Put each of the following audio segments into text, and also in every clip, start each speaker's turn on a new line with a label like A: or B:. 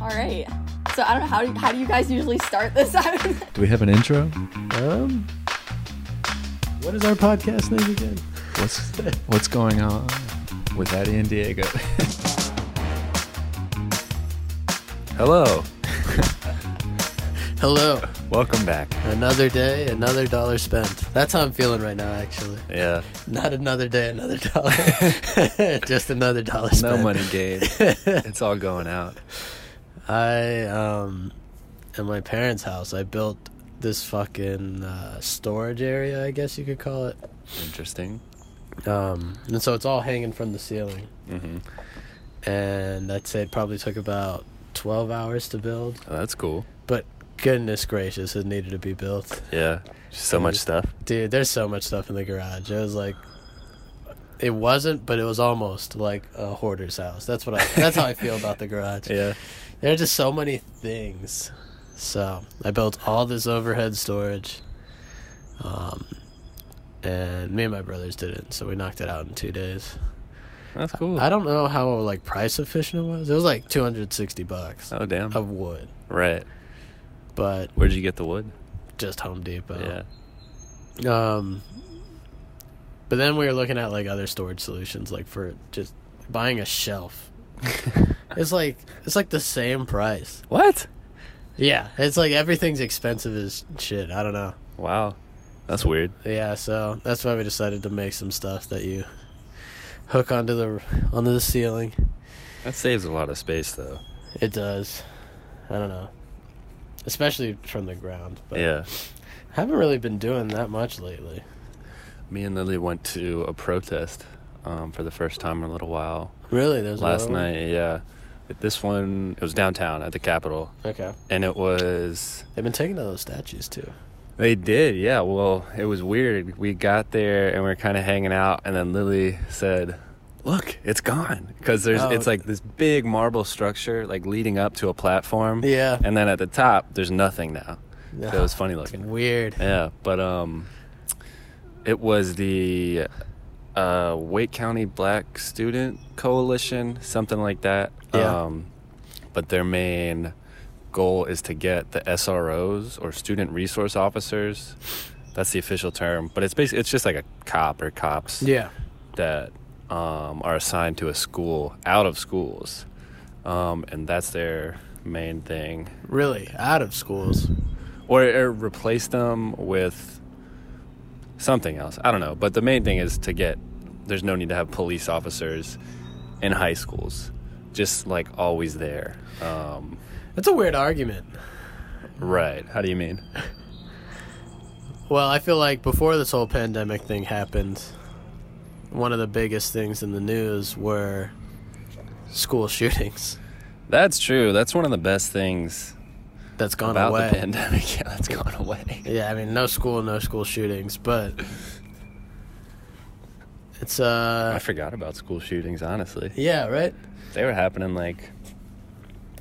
A: All right. So I don't know how do, how do you guys usually start this out?
B: Do we have an intro?
C: Um, what is our podcast name again?
B: What's what's going on with Eddie and Diego? Hello.
C: Hello.
B: Welcome back.
C: Another day, another dollar spent. That's how I'm feeling right now, actually.
B: Yeah.
C: Not another day, another dollar. Just another dollar
B: No
C: spent.
B: money game. it's all going out.
C: I um, at my parents' house, I built this fucking uh, storage area, I guess you could call it.
B: Interesting.
C: Um, and so it's all hanging from the ceiling.
B: Mhm.
C: And I'd say it probably took about 12 hours to build.
B: Oh, that's cool.
C: But goodness gracious, it needed to be built.
B: Yeah. So much stuff.
C: Dude, there's so much stuff in the garage. It was like, it wasn't, but it was almost like a hoarder's house. That's what I. That's how I feel about the garage.
B: Yeah.
C: There are just so many things. So I built all this overhead storage, um, and me and my brothers did it. So we knocked it out in two days.
B: That's cool.
C: I don't know how like price efficient it was. It was like two hundred sixty bucks
B: oh damn.
C: of wood,
B: Right.
C: but
B: Where'd you get the wood?
C: just Home Depot.
B: Yeah.
C: Um, but then we were looking at like other storage solutions, like for just buying a shelf. it's like it's like the same price.
B: What?
C: Yeah, it's like everything's expensive as shit. I don't know.
B: Wow. That's weird.
C: Yeah, so that's why we decided to make some stuff that you hook onto the onto the ceiling.
B: That saves a lot of space though.
C: It does. I don't know. Especially from the ground. But
B: yeah.
C: I haven't really been doing that much lately.
B: Me and Lily went to a protest um, for the first time in a little while
C: Really, there's
B: last
C: another one?
B: night. Yeah, But this one it was downtown at the Capitol,
C: Okay,
B: and it was
C: they've been taking down those statues too.
B: they did. Yeah, well, it was weird. We got there and we were kind of hanging out, and then Lily said. Look, it's gone because there's
C: Oh.
B: it's like this big marble structure like leading up to a platform,
C: Yeah.
B: and then at the top there's nothing now. So it was funny looking.
C: Weird.
B: Yeah, but um, it was the uh, Wake County Black Student Coalition, something like that.
C: Yeah.
B: Um, but their main goal is to get the SROs or student resource officers. That's the official term, but it's basically it's just like a cop or cops
C: Yeah.
B: that um, are assigned to a school out of schools, um, and that's their main thing
C: Really, out of schools.
B: or, or replace them with something else. I don't know, but the main thing is to get there's no need to have police officers in high schools, just like always there. Um,
C: That's a weird argument.
B: right? How do you mean?
C: Well, I feel like before this whole pandemic thing happened, one of the biggest things in the news were school shootings.
B: That's true. That's one of the best things
C: That's gone
B: about
C: away.
B: the pandemic. Yeah, that's gone away.
C: Yeah, I mean, no school, no school shootings, but it's
B: I
C: uh,
B: forgot about school shootings. Honestly,
C: yeah, right.
B: they were happening like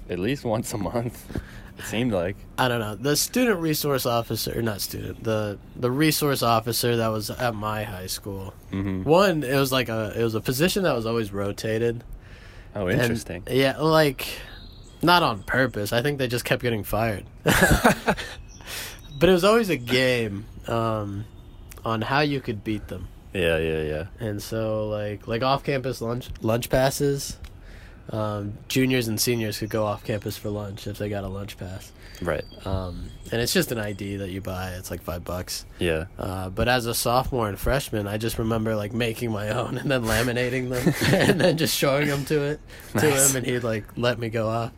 B: at least once a month. It seemed like.
C: I don't know. The student resource officer, or not student, the the resource officer that was at my high school.
B: hmm
C: One, it was like a it was a position that was always rotated.
B: Oh,
C: And-
B: interesting.
C: yeah, like not on purpose. I think they just kept getting fired. but it was always a game um, on how you could beat them.
B: yeah, yeah, yeah.
C: and so like like off campus lunch lunch passes um, juniors and seniors could go off campus for lunch if they got a lunch pass
B: Right. Uh,
C: um, and it's just an id that you buy it's like five bucks
B: Yeah.
C: uh, but as a sophomore and freshman i just remember like making my own and then laminating them and then just showing them to it to
B: Nice.
C: him and he'd like let me go off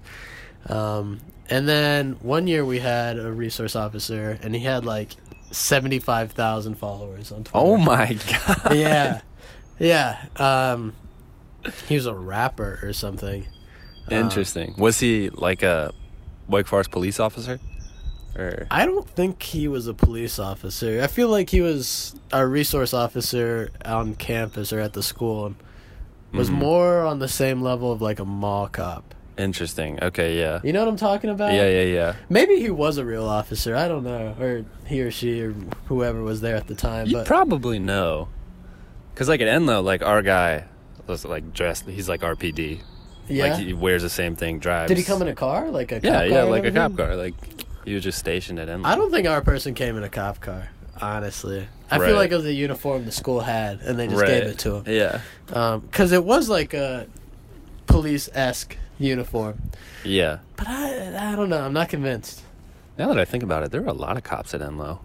C: um, and then one year we had a resource officer and he had like 75,000 followers on Twitter
B: Oh my god.
C: yeah, yeah. Um, he was a rapper or something. Um,
B: Interesting. was he like a Wake Forest police officer? Or
C: I don't think he was a police officer. I feel like he was a resource officer on campus or at the school, and was
B: Mm-hmm.
C: more on the same level of like a mall cop.
B: interesting. Okay, yeah.
C: You know what I'm talking about?
B: Yeah, yeah, yeah.
C: Maybe he was a real officer. I don't know, or he or she or whoever was there at the time.
B: You
C: But
B: probably know. Cuz like at Enlo, like our guy was like dressed he's like RPD.
C: Yeah.
B: Like he wears the same thing, drives.
C: Did he come in a car? Like a cop
B: Yeah,
C: car
B: yeah,
C: and
B: like a
C: everything?
B: cop car. Like he was just stationed at him.
C: I don't think our person came in a cop car. Honestly, I
B: Right.
C: feel like it was the uniform the school had, and they just gave it to him.
B: Yeah,
C: Because Um, it was like a police esque uniform.
B: yeah.
C: But I, I don't know. I'm not convinced.
B: Now that I think about it, there were a lot of cops at Enlow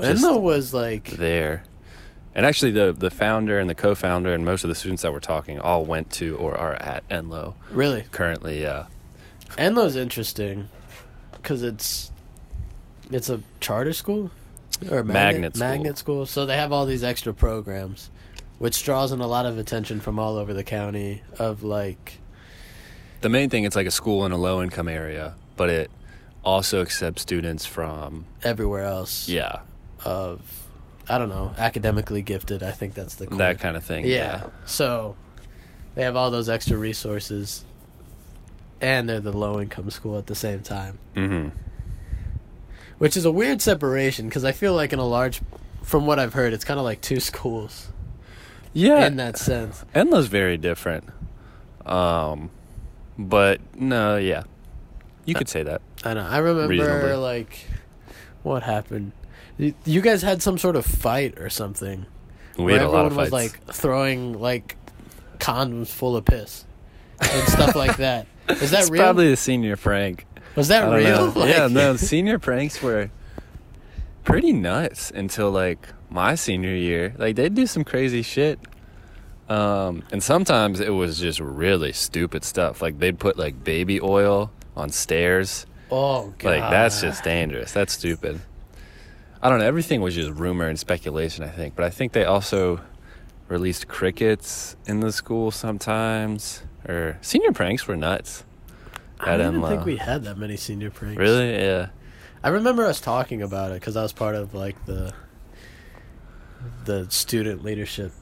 B: Just-
C: Enlo was like,
B: there, and actually the the founder and the co-founder and most of the students that were talking all went to or are at Enlow
C: really.
B: currently. Yeah,
C: Enlo's interesting because it's it's a charter school or a
B: Magnet school.
C: magnet school. So they have all these extra programs, which draws in a lot of attention from all over the county. Of like,
B: the main thing it's like a school in a low income area, but it also accepts students from
C: everywhere else.
B: yeah
C: Of, I don't know, academically gifted. I think that's the cool.
B: that kind of thing.
C: yeah. So they have all those extra resources, and they're the low income school at the same time,
B: Mm-hmm.
C: which is a weird separation because I feel like in a large, from what I've heard, it's kind of like two schools
B: Yeah.
C: in that sense.
B: Enlil's very different. Um, but no, yeah, you
C: Uh,
B: could say that.
C: I know. I remember
B: Reasonably.
C: like what happened. You you guys had some sort of fight or something.
B: We had a lot
C: everyone
B: of fights.
C: was like throwing like condoms full of piss and stuff like that. Is that
B: it's
C: real?
B: probably the senior prank.
C: was that
B: I don't
C: real?
B: know. yeah,
C: Like-
B: no, senior pranks were pretty nuts until like my senior year. Like they'd do some crazy shit. Um, and sometimes it was just really stupid stuff. Like they'd put like baby oil on stairs.
C: Oh god.
B: Like that's just dangerous. That's stupid. I don't know. Everything was just rumor and speculation. I think, but I think they also released crickets in the school sometimes. Or senior pranks were nuts.
C: I
B: at
C: don't even
B: Enlow.
C: think we had that many senior pranks.
B: uh, Really? Yeah.
C: I remember us talking about it because I was part of like the the student leadership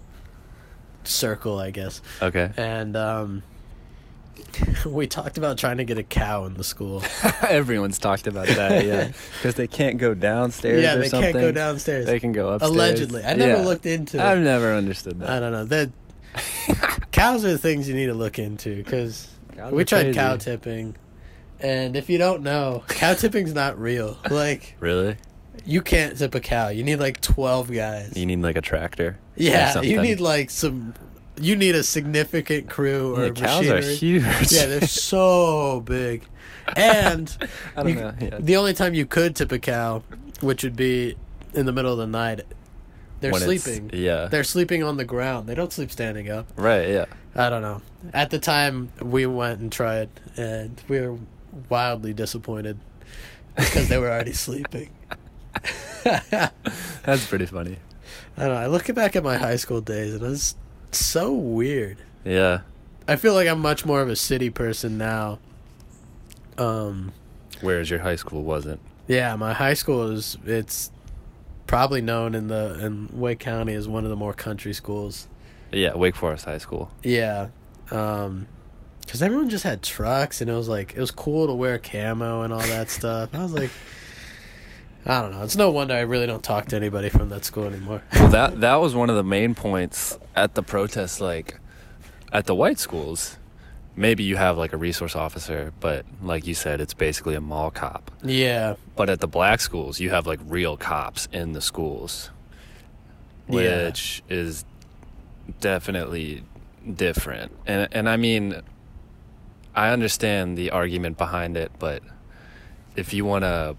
C: circle, I guess.
B: Okay.
C: And um we talked about trying to get a cow in the school.
B: Everyone's talked about that. Yeah, because they can't go downstairs.
C: yeah,
B: or
C: they
B: something.
C: can't go downstairs.
B: They can go upstairs.
C: Allegedly. I never
B: Yeah.
C: looked into it. Uh,
B: I've never understood
C: I
B: that.
C: don't know. That cows are the things you need to look into because
B: Cows
C: we
B: are
C: tried
B: crazy.
C: cow tipping, and if you don't know, cow tipping's not real. Like
B: Really?
C: you can't tip a cow. You need like twelve guys.
B: You need like a tractor. or
C: yeah, you
B: something.
C: need like some. You need a significant crew or
B: Yeah, cows are
C: machinery.
B: huge.
C: Yeah, they're so big, and
B: I don't
C: you-
B: know. Yeah.
C: the only time you could tip a cow, which would be in the middle of the night, they're
B: When it's-
C: sleeping.
B: Yeah.
C: They're sleeping on the ground. They don't sleep standing up.
B: Right. Yeah.
C: I don't know. At the time, we went and tried, and we were wildly disappointed because they were already sleeping. I
B: That's pretty funny.
C: don't know. I look back at my high school days, and it's so weird.
B: Yeah.
C: I feel like I'm much more of a city person now. Um,
B: Whereas your high school wasn't.
C: yeah, my high school is it's probably known in the in Wake County as one of the more country schools.
B: Yeah, Wake Forest High School.
C: Yeah. Um 'cause because everyone just had trucks, and it was like it was cool to wear camo and all that stuff. I was like, I don't know. It's no wonder I really don't talk to anybody from that school anymore.
B: Well, that that was one of the main points at the protest. Like at the white schools, maybe you have like a resource officer, but like you said, it's basically a mall cop.
C: yeah,
B: But at the black schools, you have like real cops in the schools,
C: Yeah.
B: which is definitely different. And and I mean, I understand the argument behind it, but if you want to,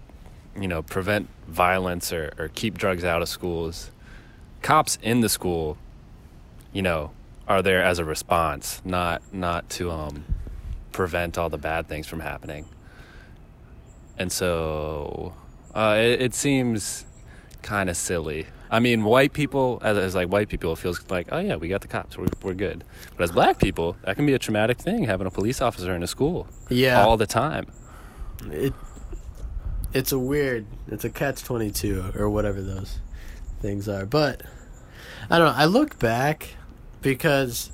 B: you know, prevent violence or or keep drugs out of schools, cops in the school, you know, are there as a response, not not to um prevent all the bad things from happening. And so uh, it, it seems kind of silly. I mean, white people, as, as like white people, it feels like, oh yeah, we got the cops, we're, we're good. But as black people, that can be a traumatic thing having a police officer in a school
C: yeah.
B: all the time.
C: it it's a weird. It's a catch twenty two or whatever those things are. But I don't know. I look back because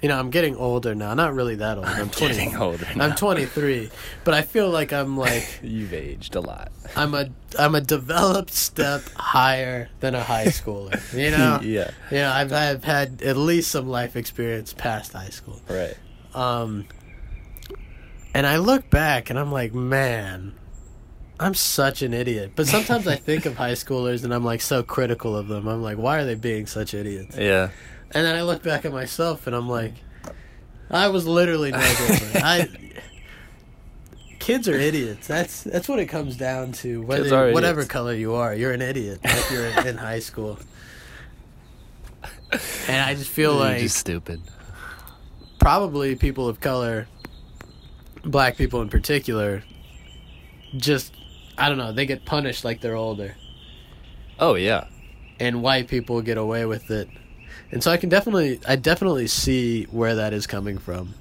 C: you know I'm getting older now. Not really that old. I'm twenty.
B: Getting older.
C: I'm 23, but I feel like I'm like
B: You've aged a lot.
C: I'm a I'm a developed step higher than a high schooler. You know,
B: yeah.
C: you know I've I've had at least some life experience past high school.
B: Right.
C: Um, And I look back and I'm like, man, I'm such an idiot. But sometimes I think of high schoolers and I'm like so critical of them. I'm like, why are they being such idiots?
B: Yeah.
C: And then I look back at myself and I'm like, I was literally no different. I kids are idiots. That's that's what it comes down to.
B: Kids are
C: Whether whatever
B: idiots.
C: color you are, you're an idiot if you're in, in high school. And I just feel like
B: just stupid.
C: probably people of color, black people in particular, just I don't know, they get punished like they're older.
B: Oh yeah.
C: and white people get away with it. And so I can definitely, I definitely see where that is coming from.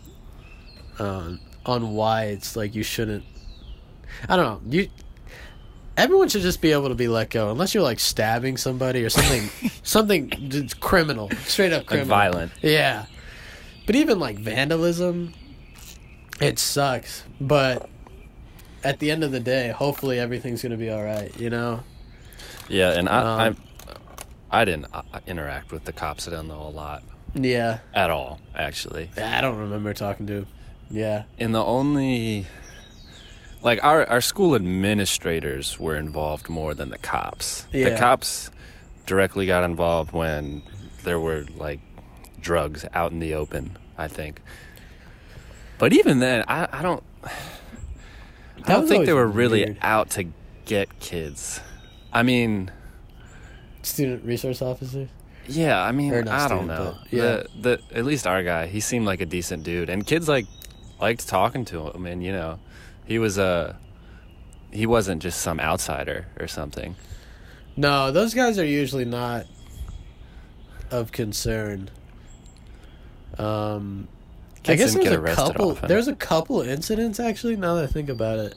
C: Um, on why it's like you shouldn't. I don't know. You, everyone should just be able to be let go, unless you're like stabbing somebody or something, something that's criminal, straight up
B: Like
C: criminal,
B: violent.
C: Yeah, but even like vandalism, it sucks. But at the end of the day, hopefully everything's gonna be all right. You know.
B: Yeah, and I
C: Um,
B: I, I didn't uh, interact with the cops at Enloe a lot
C: Yeah.
B: at all, actually.
C: I don't remember talking to him. Yeah.
B: And the only like our our school administrators were involved more than the cops. The
C: Yeah.
B: cops directly got involved when there were like drugs out in the open, I think. But even then, I, I don't I don't
C: was
B: think they were
C: always
B: really
C: weird.
B: out to get kids. I mean,
C: Student resource officer.
B: Yeah, I mean,
C: Or not
B: I don't
C: student,
B: know.
C: but- yeah.
B: The, the at least our guy, he seemed like a decent dude, and kids like liked talking to him, and you know, he was a he wasn't just some outsider or something.
C: No, those guys are usually not of concern. Um, I
B: Kids
C: guess
B: didn't
C: there's
B: get
C: a
B: arrested
C: couple.
B: often.
C: There's a couple incidents actually. Now that I think about it,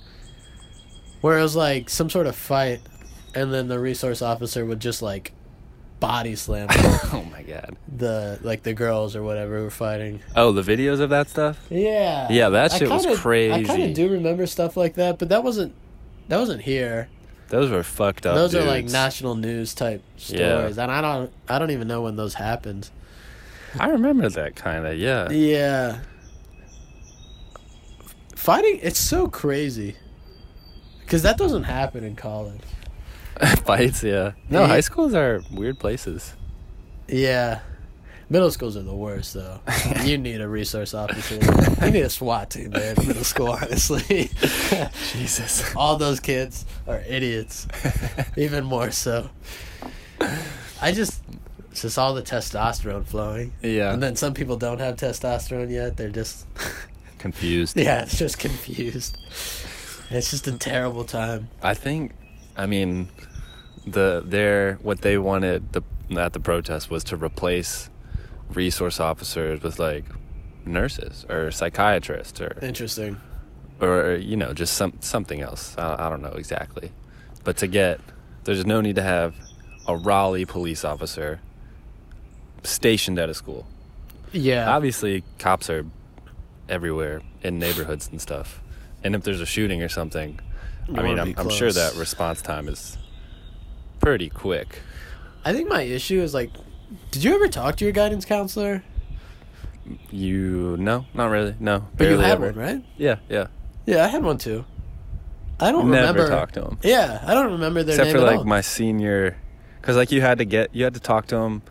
C: where it was like some sort of fight, and then the resource officer would just like body slam
B: oh my god.
C: the like the girls or whatever who were fighting.
B: Oh, the videos of that stuff.
C: Yeah.
B: Yeah, that
C: I
B: shit was
C: kinda- I kind
B: crazy.
C: of do remember stuff like that, but that wasn't that wasn't here.
B: Those were fucked up.
C: those are like
B: Oh, dudes.
C: national news type stories,
B: Yeah.
C: and I don't, I don't even know when those happened.
B: I remember that kind of. Yeah.
C: Yeah, fighting it's so crazy because that doesn't happen in college.
B: Fights. Yeah. No,
C: Yeah.
B: high schools are weird places.
C: Yeah, middle schools are the worst though. you need a resource officer. you need a SWAT team there in middle school. Honestly,
B: Jesus.
C: all those kids are idiots. Even more so. I just it's just all the testosterone flowing.
B: Yeah.
C: And then some people don't have testosterone yet. They're just,
B: Confused.
C: yeah, it's just confused. It's just a terrible time.
B: I think, I mean, the their what they wanted the, at the protest was to replace resource officers with like nurses or psychiatrists or
C: Interesting.
B: or you know just some something else. I, I don't know exactly, but to get there's no need to have a Raleigh police officer stationed at a school.
C: Yeah.
B: Obviously, cops are everywhere in neighborhoods and stuff. And if there's a shooting or something, I mean,
C: wanna
B: I'm,
C: be
B: I'm sure
C: close.
B: that response time is pretty quick.
C: I think my issue is like, did you ever talk to your guidance counselor?
B: You no, not really. No,
C: But you
B: barely
C: had
B: ever.
C: one, right?
B: Yeah, yeah.
C: Yeah, I had one too. I don't
B: Never
C: remember.
B: talked to him
C: Yeah, I don't remember their
B: except
C: name
B: for
C: at
B: like
C: all.
B: my senior, because like you had to get you had to talk to him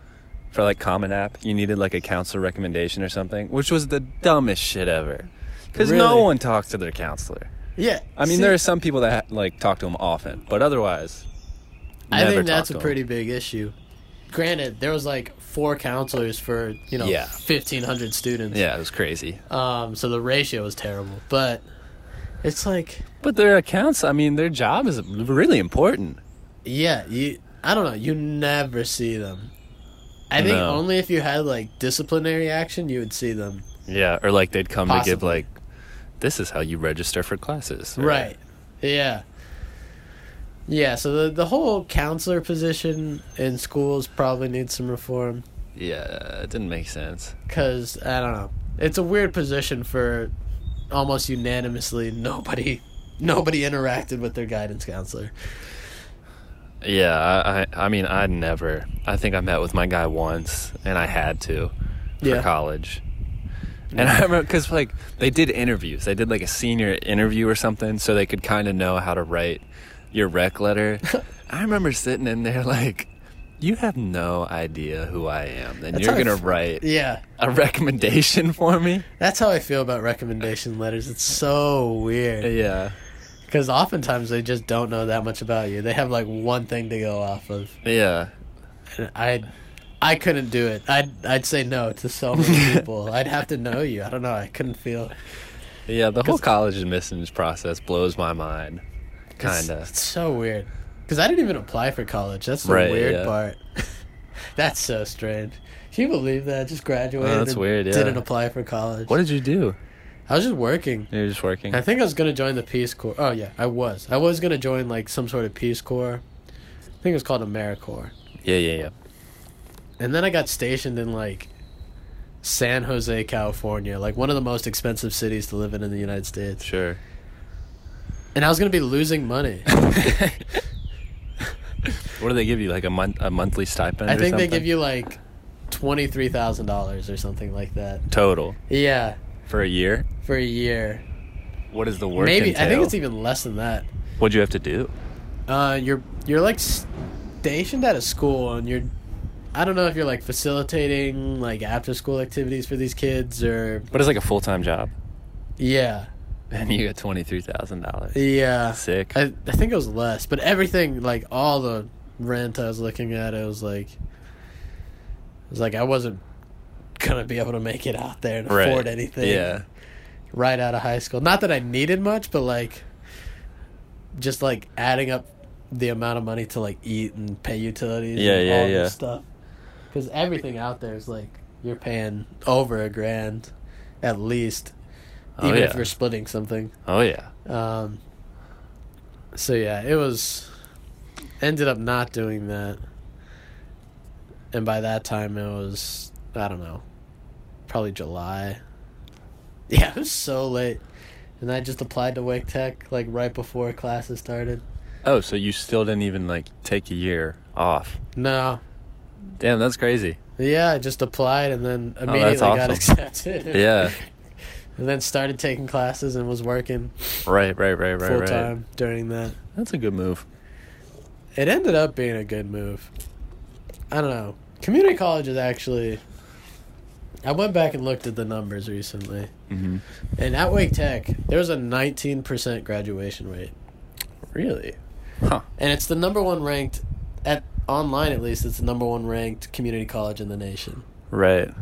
B: for like Common App. You needed like a counselor recommendation or something, which was the dumbest shit ever. Because no
C: Really?
B: one talks to their counselor.
C: yeah.
B: I mean,
C: see,
B: there are some people that ha- like talk to him often, but otherwise,
C: I
B: never
C: think
B: talk
C: that's
B: to
C: a
B: 'em.
C: pretty big issue. Granted, there was like four counselors for you know
B: Yeah.
C: fifteen hundred students.
B: Yeah, it was crazy.
C: Um, so the ratio was terrible, but it's like,
B: But their accounts, I mean, their job is really important.
C: yeah, you. I don't know. You never see them. I think
B: No.
C: only if you had like disciplinary action, you would see them.
B: Yeah, or like they'd come to give
C: Possibly.
B: like, this is how you register for classes. or-
C: Right. Yeah. Yeah. So the the whole counselor position in schools probably needs some reform
B: Yeah, it didn't make sense.
C: because I don't know. It's a weird position for almost unanimously nobody nobody interacted with their guidance counselor.
B: Yeah, I, I, I mean, I never. I think I met with my guy once, and I had to for
C: Yeah.
B: college, And I remember because like they did interviews, they did like a senior interview or something, so they could kind of know how to write your rec letter. I remember sitting in there like, you have no idea who I am, and
C: That's
B: you're
C: how I
B: gonna
C: f-
B: write
C: Yeah.
B: a recommendation for me.
C: That's how I feel about recommendation letters. It's so weird.
B: Yeah,
C: Because oftentimes they just don't know that much about you. They have like one thing to go off of.
B: yeah.
C: And I, I couldn't do it. I'd I'd say no to so many people. I'd have to know you. I don't know. I couldn't feel.
B: Yeah, the whole college admissions process blows my mind.
C: It's-
B: Kind of.
C: It's so weird. Because I didn't even apply for college. That's the
B: Right,
C: weird
B: yeah.
C: part. That's so strange. Can you believe that? Just graduated.
B: Oh, that's
C: and
B: weird, yeah.
C: Didn't apply for college.
B: What did you do?
C: I was just working.
B: You're just working.
C: I think I was gonna join the Peace Corps. Oh yeah, I was. I was gonna join like some sort of Peace Corps. I think it was called AmeriCorps.
B: Yeah, yeah, yeah.
C: And then I got stationed in like San Jose, California, like one of the most expensive cities to live in in the United States.
B: Sure.
C: And I was gonna be losing money.
B: What do they give you? Like a month, a monthly stipend?
C: I
B: or
C: think they
B: something?
C: give you like twenty three thousand dollars or something like that.
B: total
C: Yeah,
B: for a year.
C: for a year.
B: What is the work?
C: Maybe I think
B: entail?
C: it's even less than that.
B: What'd you have to do?
C: Uh, you're you're like stationed at a school, and you're. I don't know if you're like facilitating like after school activities for these kids or
B: But it's like a full time job,
C: yeah
B: and you get twenty three thousand dollars.
C: yeah
B: Sick.
C: I, I think it was less, but everything like all the rent I was looking at, it was like, it was like I wasn't gonna be able to make it out there and
B: Right.
C: afford anything.
B: Yeah.
C: right out of high school. Not that I needed much, but like, just like adding up the amount of money to like eat and pay utilities.
B: Yeah,
C: and
B: yeah,
C: all this
B: yeah.
C: Stuff, because everything out there is like you're paying over a grand, at least,
B: Oh,
C: even
B: yeah.
C: if you're splitting something.
B: Oh yeah.
C: Um, so yeah, it was. Ended up not doing that, and by that time it was I don't know, probably July. Yeah, it was so late, and I just applied to Wake Tech like right before classes started.
B: Oh, so you still didn't even like take a year off?
C: No,
B: Damn, that's crazy.
C: yeah, I just applied and then immediately got
B: Oh, awesome.
C: accepted.
B: Yeah.
C: and then started taking classes and was working
B: right. Right. Right. Right.
C: full
B: right.
C: time during that.
B: That's a good move.
C: It ended up being a good move. I don't know. Community college is actually. I went back and looked at the numbers recently,
B: Mm-hmm.
C: and at Wake Tech, there was a 19% graduation rate. Really?
B: Huh.
C: And it's the number one ranked, at online at least, it's the number one ranked community college in the nation.
B: Right.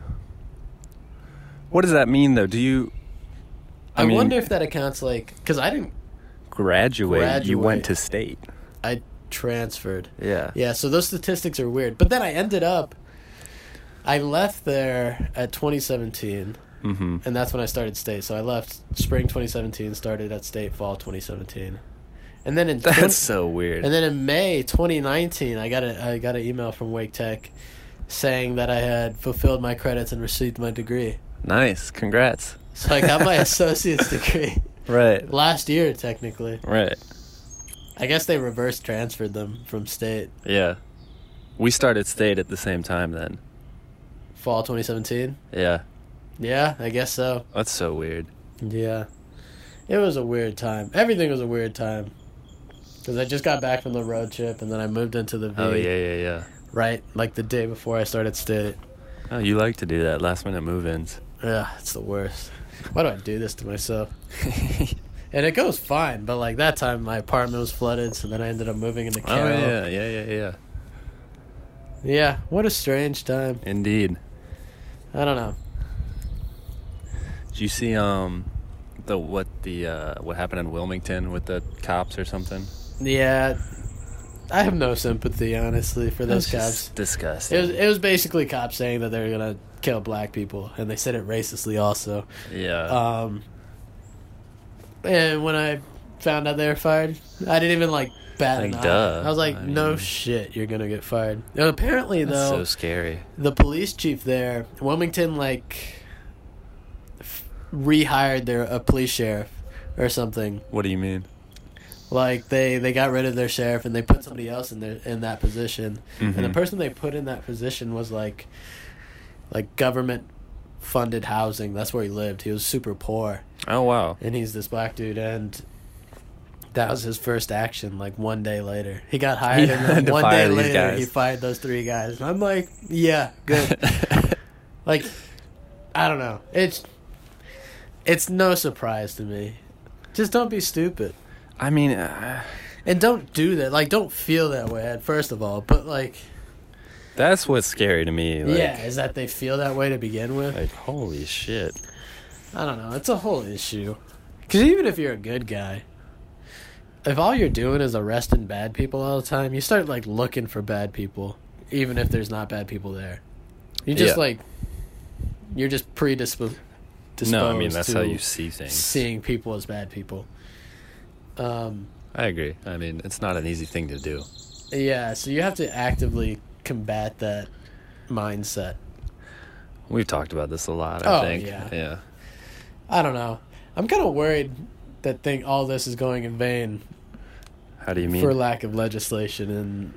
B: What does that mean though? Do you?
C: I,
B: mean,
C: wonder if that accounts like because I didn't.
B: graduate, You
C: Graduate.
B: went to state.
C: I transferred.
B: Yeah.
C: Yeah, so those statistics are weird. But then I ended up. I left there at 2017.
B: Mm-hmm.
C: and that's when I started state. So I left spring 2017, started at state fall 2017, and then in twen-
B: That's so weird.
C: and then in May 2019, I got a I got an email from Wake Tech saying that I had fulfilled my credits and received my degree.
B: nice. Congrats.
C: So I got my associate's degree
B: Right.
C: last year, technically.
B: Right.
C: I guess they reverse transferred them from state
B: Yeah. We started state at the same time then.
C: fall 2017.
B: Yeah.
C: Yeah, I guess so.
B: That's so weird.
C: Yeah, it was a weird time. Everything was a weird time. Cause I just got back from the road trip, and then I moved into the V.
B: Oh yeah, yeah, yeah.
C: right? Like the day before I started state.
B: Oh, you like to do that last minute move-ins.
C: Ugh, it's the worst. Why do I do this to myself? And it goes fine, but like that time my apartment was flooded, so then I ended up moving into
B: oh
C: Carroll.
B: yeah, yeah, yeah, yeah.
C: Yeah, what a strange time.
B: Indeed.
C: I don't know.
B: Did you see um the what the uh what happened in Wilmington with the cops or something?
C: Yeah, I have no sympathy honestly for those
B: That's
C: cops.
B: just
C: It
B: disgusting.
C: was it was basically cops saying that they were gonna kill black people, and they said it racistly also.
B: yeah.
C: Um, and when I found out they were fired, I didn't even like bat an
B: Like,
C: eye.
B: duh.
C: I was like,
B: I
C: no
B: mean-
C: shit, you're gonna get fired. And apparently
B: That's
C: though,
B: so scary.
C: the police chief there, Wilmington, like f- rehired their a police sheriff or something.
B: What do you mean?
C: Like they they got rid of their sheriff and they put somebody else in their in that position. And the
B: Mhm.
C: person they put in that position was like like government funded housing. That's where he lived. He was super poor,
B: Oh wow.
C: and he's this black dude, and that was his first action. Like one day later, he got hired,
B: Yeah,
C: and
B: to
C: then one
B: fire
C: day
B: these
C: later,
B: guys.
C: he fired those three guys. And I'm like, yeah, good. like, I don't know. It's it's no surprise to me. Just don't be stupid.
B: I mean, uh,
C: And don't do that. Like, don't feel that way at first of all. But like,
B: that's what's scary to me. Like,
C: yeah, is that they feel that way to begin with?
B: Like holy shit.
C: I don't know. It's a whole issue. Because even if you're a good guy, if all you're doing is arresting bad people all the time, you start like looking for bad people, even if there's not bad people there. You just
B: Yeah.
C: like, you're just predisposed.
B: No, I mean that's how
C: to
B: you see things.
C: seeing people as bad people. Um.
B: I agree. I mean, it's not an easy thing to do.
C: Yeah. So you have to actively combat that mindset.
B: We've talked about this a lot. I
C: Oh,
B: think.
C: yeah.
B: Yeah.
C: I don't know. I'm kind of worried that thing all this is going in vain
B: How do you mean?
C: for lack of legislation and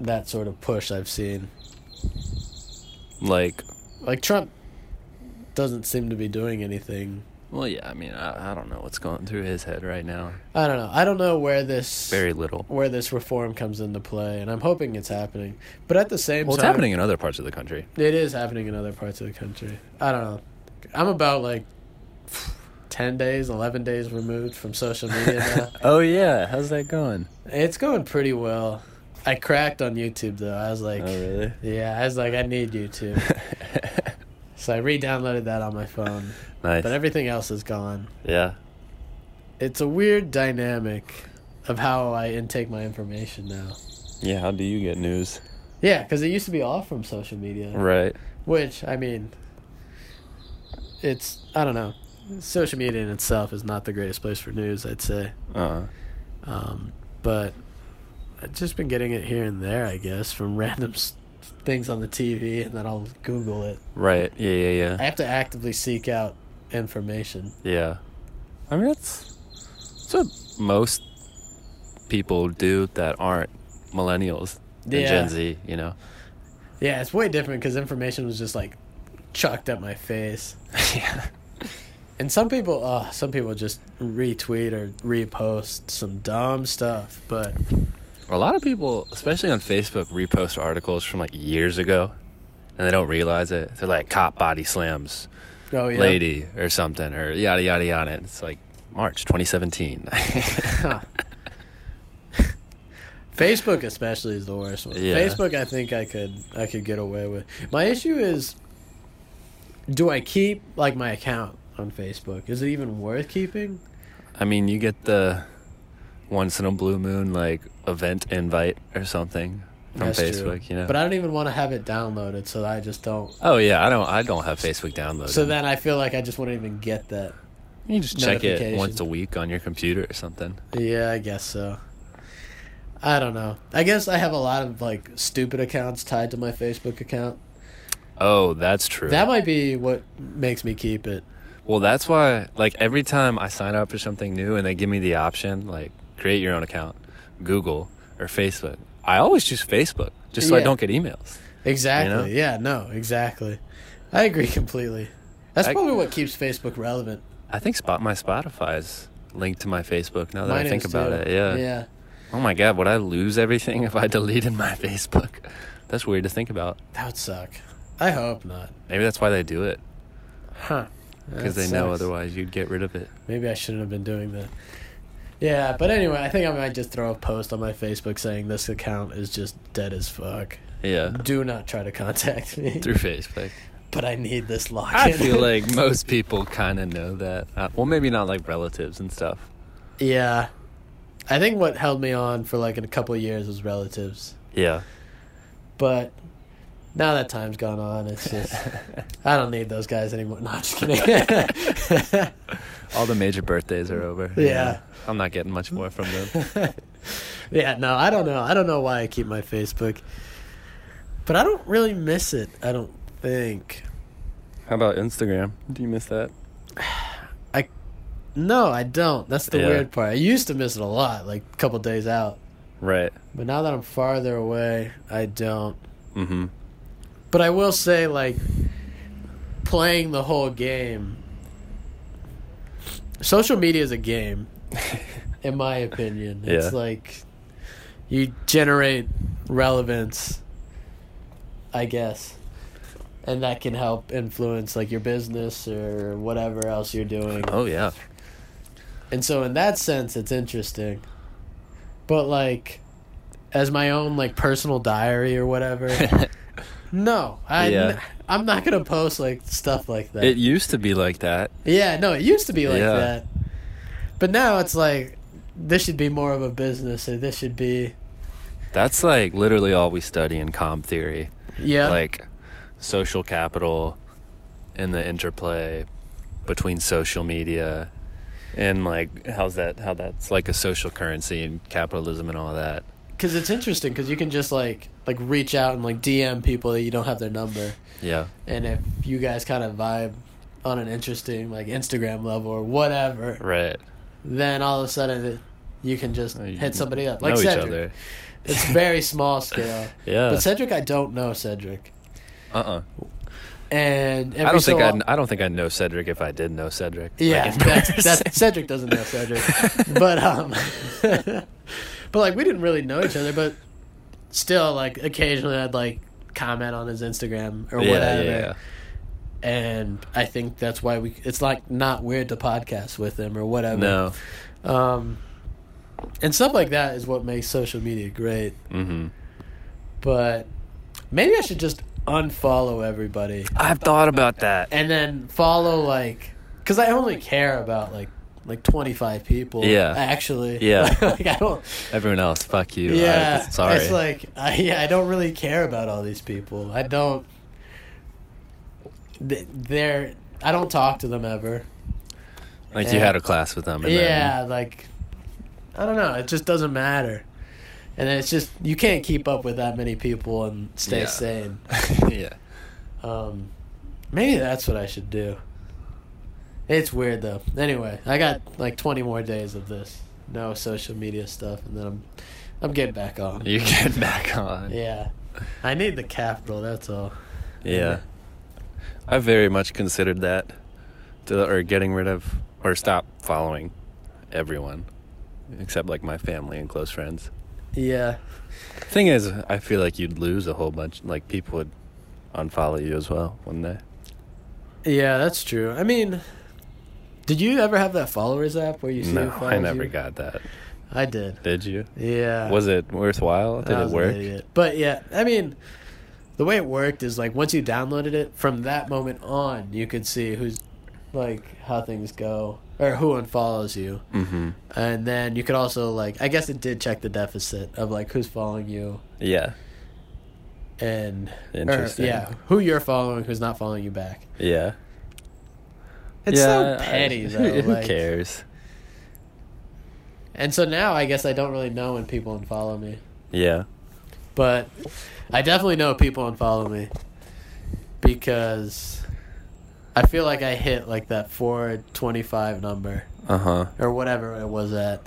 C: that sort of push I've seen.
B: like,
C: Like Trump doesn't seem to be doing anything.
B: well, yeah. I mean, I, I don't know what's going through his head right now.
C: I don't know. I don't know where this
B: Very little.
C: where this reform comes into play, and I'm hoping it's happening. But at the same
B: Well, it's
C: time,
B: happening in other parts of the country.
C: It is happening in other parts of the country. I don't know. I'm about like ten days, eleven days removed from social media now.
B: Oh yeah, how's that going?
C: It's going pretty well. I cracked on YouTube though. I was like,
B: Oh, really?
C: yeah, I was like, I need YouTube. so I re-downloaded that on my phone,
B: Nice.
C: but everything else is gone.
B: yeah.
C: It's a weird dynamic of how I intake my information now.
B: Yeah. How do you get news?
C: Yeah, because it used to be all from social media,
B: Right.
C: which I mean, it's I don't know. Social media in itself is not the greatest place for news, I'd say.
B: Uh.
C: Um, but I've just been getting it here and there, I guess, from random s- things on the TV, and then I'll Google it.
B: Right. Yeah. Yeah.
C: I
B: Yeah.
C: have to actively seek out information.
B: Yeah. I mean, that's that's what most people do that aren't millennials and
C: Yeah.
B: Gen Z. You know.
C: Yeah, it's way different because information was just like chucked at my face.
B: yeah.
C: And some people, uh, some people just retweet or repost some dumb stuff. But
B: A lot of people, especially on Facebook, repost articles from like years ago, and they don't realize it. They're like cop body slams
C: oh yeah,
B: lady or something or yada yada yada. It's like March 2017.
C: Huh. Facebook especially is the worst one.
B: Yeah.
C: Facebook I think I could I could get away with. My issue is do I keep like my account on Facebook? Is it even worth keeping?
B: I mean, you get the once in a blue moon like event invite or something from Facebook, you know.
C: But I don't even want to have it downloaded so I just don't
B: oh yeah, I don't I don't have Facebook downloaded.
C: so then I feel like I just wouldn't even get that.
B: you just check it
C: notification.
B: once a week on your computer or something.
C: Yeah, I guess so. I don't know. I guess I have a lot of like stupid accounts tied to my Facebook account.
B: Oh, that's true.
C: That might be what makes me keep it.
B: Well, that's why, like, every time I sign up for something new and they give me the option, like, create your own account, Google or Facebook, I always choose Facebook just so I
C: Yeah.
B: don't get emails.
C: Exactly.
B: You know?
C: Yeah, no, exactly. I agree completely. That's
B: I-
C: probably what keeps Facebook relevant.
B: I think Spot My Spotify is linked to my Facebook now that
C: Mine
B: I think
C: is,
B: about it.
C: too.
B: Yeah.
C: Yeah.
B: Oh my God, would I lose everything if I deleted my Facebook? That's weird to think about.
C: That would suck. I hope not.
B: Maybe that's why they do it
C: Huh.
B: because they know otherwise you'd get rid of it.
C: Maybe I shouldn't have been doing that. Yeah, but anyway, I think I might just throw a post on my Facebook saying this account is just dead as fuck.
B: Yeah.
C: Do not try to contact me.
B: Through Facebook.
C: But I need this lock.
B: I feel like most people kind of know that. Uh, well, maybe not like relatives and stuff.
C: Yeah. I think what held me on for like a couple of years was relatives.
B: Yeah.
C: But now that time's gone on, it's just I don't need those guys anymore. No, I'm just kidding.
B: All the major birthdays are over.
C: Yeah.
B: I'm not getting much more from them.
C: yeah, no, I don't know. I don't know why I keep my Facebook, but I don't really miss it. I don't think.
B: How about Instagram? Do you miss that?
C: No, I don't. That's the
B: Yeah.
C: weird part. I used to miss it a lot, like a couple days out.
B: Right.
C: But now that I'm farther away, I don't.
B: Mm-hmm.
C: But I will say, like, playing the whole game. Social media is a game, in my opinion. It's
B: Yeah.
C: like you generate relevance, I guess, and that can help influence like your business or whatever else you're doing.
B: Oh yeah.
C: And so in that sense it's interesting. But like as my own like personal diary or whatever. no. I
B: Yeah.
C: am not going to post like stuff like that.
B: It used to be like that.
C: yeah, no, it used to be like
B: Yeah.
C: that. But now it's like this should be more of a business or this should be
B: That's like literally all we study in comp theory.
C: yeah.
B: Like social capital and the interplay between social media and like how's that how that's like a social currency and capitalism and all that.
C: cuz it's interesting cuz you can just like like reach out and like DM people that you don't have their number.
B: Yeah.
C: And if you guys kind of vibe on an interesting like Instagram level or whatever,
B: Right.
C: then all of a sudden it, you can just
B: Oh, You
C: hit somebody up
B: know
C: like
B: each
C: Cedric.
B: other.
C: It's very small scale,
B: Yeah.
C: but Cedric, I don't know Cedric,
B: Uh uh
C: and every
B: I don't
C: so
B: think
C: often-
B: I, I don't think I'd know Cedric if I did know Cedric. Like,
C: Yeah,
B: in
C: that's,
B: person.
C: that's Cedric doesn't know Cedric, but um, but like we didn't really know each other, but still, like occasionally I'd like comment on his Instagram or
B: yeah,
C: whatever,
B: yeah, yeah.
C: and I think that's why we. It's like not weird to podcast with him or whatever.
B: No.
C: Um, and stuff like that is what makes social media great.
B: Mm-hmm.
C: But maybe I should just unfollow everybody
B: I've thought about that.
C: and then follow like, because I only care about like like twenty five people.
B: Yeah.
C: actually.
B: Yeah.
C: like I don't.
B: Everyone else, fuck you.
C: Yeah,
B: I, sorry.
C: It's like I, yeah, I don't really care about all these people. I don't. th- They're. I don't talk to them ever.
B: Like you had a class with them. And
C: yeah, like I don't know, it just doesn't matter. And then it's just you can't keep up with that many people and stay
B: Yeah.
C: sane.
B: Then, yeah.
C: Um, maybe that's what I should do. It's weird though. Anyway, I got like 20 more days of this no social media stuff, and then I'm I'm getting back on.
B: You get back on.
C: Yeah, I need the capital. That's all.
B: Yeah. I very much considered that, to, or getting rid of, or stop following everyone, except like my family and close friends.
C: Yeah,
B: Thing is, I feel like you'd lose a whole bunch. Like people would unfollow you as well, wouldn't they?
C: yeah, that's true. I mean, did you ever have that followers app where you see who
B: no,
C: follows
B: I never
C: you?
B: got that.
C: I did.
B: Did you?
C: Yeah.
B: Was it worthwhile? Did
C: I
B: it
C: was an
B: work?
C: idiot. But yeah, I mean, the way it worked is like once you downloaded it, from that moment on, you could see who's like how things go or who unfollows you,
B: Mm-hmm.
C: and then you could also like I guess it did check the deficit of like who's following you
B: Yeah.
C: and or,
B: Interesting.
C: Er, yeah, who you're following, who's not following you back.
B: Yeah.
C: It's
B: Yeah,
C: so
B: I-
C: petty though.
B: Who, who
C: like-
B: cares?
C: And so now I guess I don't really know when people unfollow me.
B: Yeah.
C: but I definitely know people unfollow me because I feel like I hit like that 425 number
B: Uh huh.
C: or whatever it was at.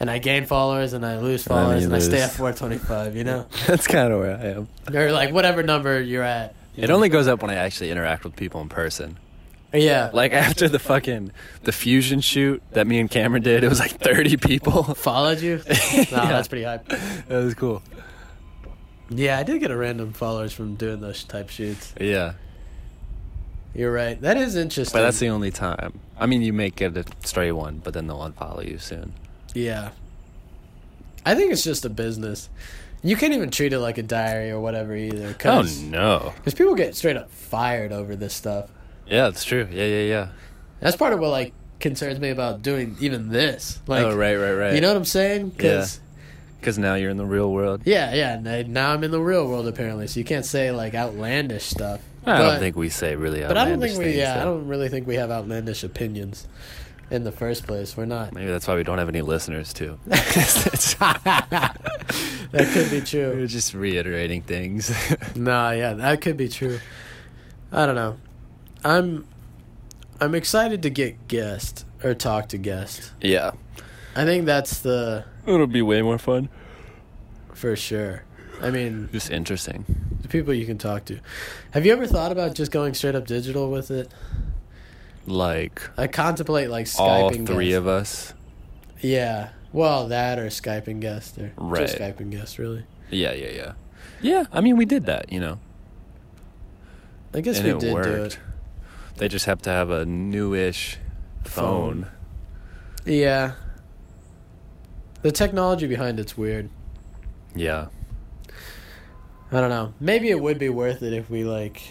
C: And I gain followers and I lose followers
B: you
C: and, I stay
B: lose.
C: at 425, you know?
B: That's kind of where I am.
C: or like whatever number you're at.
B: It only goes up when I actually interact with people in person.
C: Yeah.
B: Like after the fucking the fusion shoot that me and Cameron did, it was like thirty people.
C: Followed you? No,
B: Yeah.
C: that's pretty hype.
B: That was cool.
C: Yeah, I did get a random followers from doing those type shoots.
B: Yeah,
C: You're right. That is interesting.
B: but that's the only time. I mean, you may get a stray one, but then they'll unfollow you soon.
C: Yeah. I think it's just a business. You can't even treat it like a diary or whatever either.
B: Oh
C: Cause,
B: no!
C: 'cause people get straight up fired over this stuff.
B: Yeah, it's true. Yeah, yeah, yeah.
C: That's part of what, like, concerns me about doing even this. Like,
B: oh right, right, right.
C: you know what I'm saying? Because,
B: because now you're in the real world.
C: yeah, yeah. yeah now I'm in the real world, apparently, so you can't say, like, outlandish stuff.
B: I
C: But-
B: don't think we say really.
C: But I don't think we,
B: things,
C: yeah, I
B: though.
C: don't really think we have outlandish opinions in the first place. We're not.
B: Maybe that's why we don't have any listeners too.
C: That could be true.
B: We're just reiterating things.
C: Nah, yeah, that could be true. I don't know. I'm I'm excited to get guest or talk to guest.
B: yeah,
C: I think that's the
B: it'll be way more fun.
C: for sure. I mean,
B: Just interesting.
C: the people you can talk to. Have you ever thought about just going straight up digital with it?
B: Like
C: I contemplate like skyping.
B: all three
C: guests.
B: of us.
C: Yeah. Well, that or skyping guest or just
B: Right.
C: skyping guest really.
B: Yeah, yeah, yeah. Yeah, I mean, we did that, you know,
C: I guess
B: and
C: we
B: it
C: did
B: worked.
C: do it.
B: They just have to have a newish phone.
C: Phone. Yeah. The technology behind it's weird.
B: Yeah,
C: I don't know. Maybe it would be worth it if we like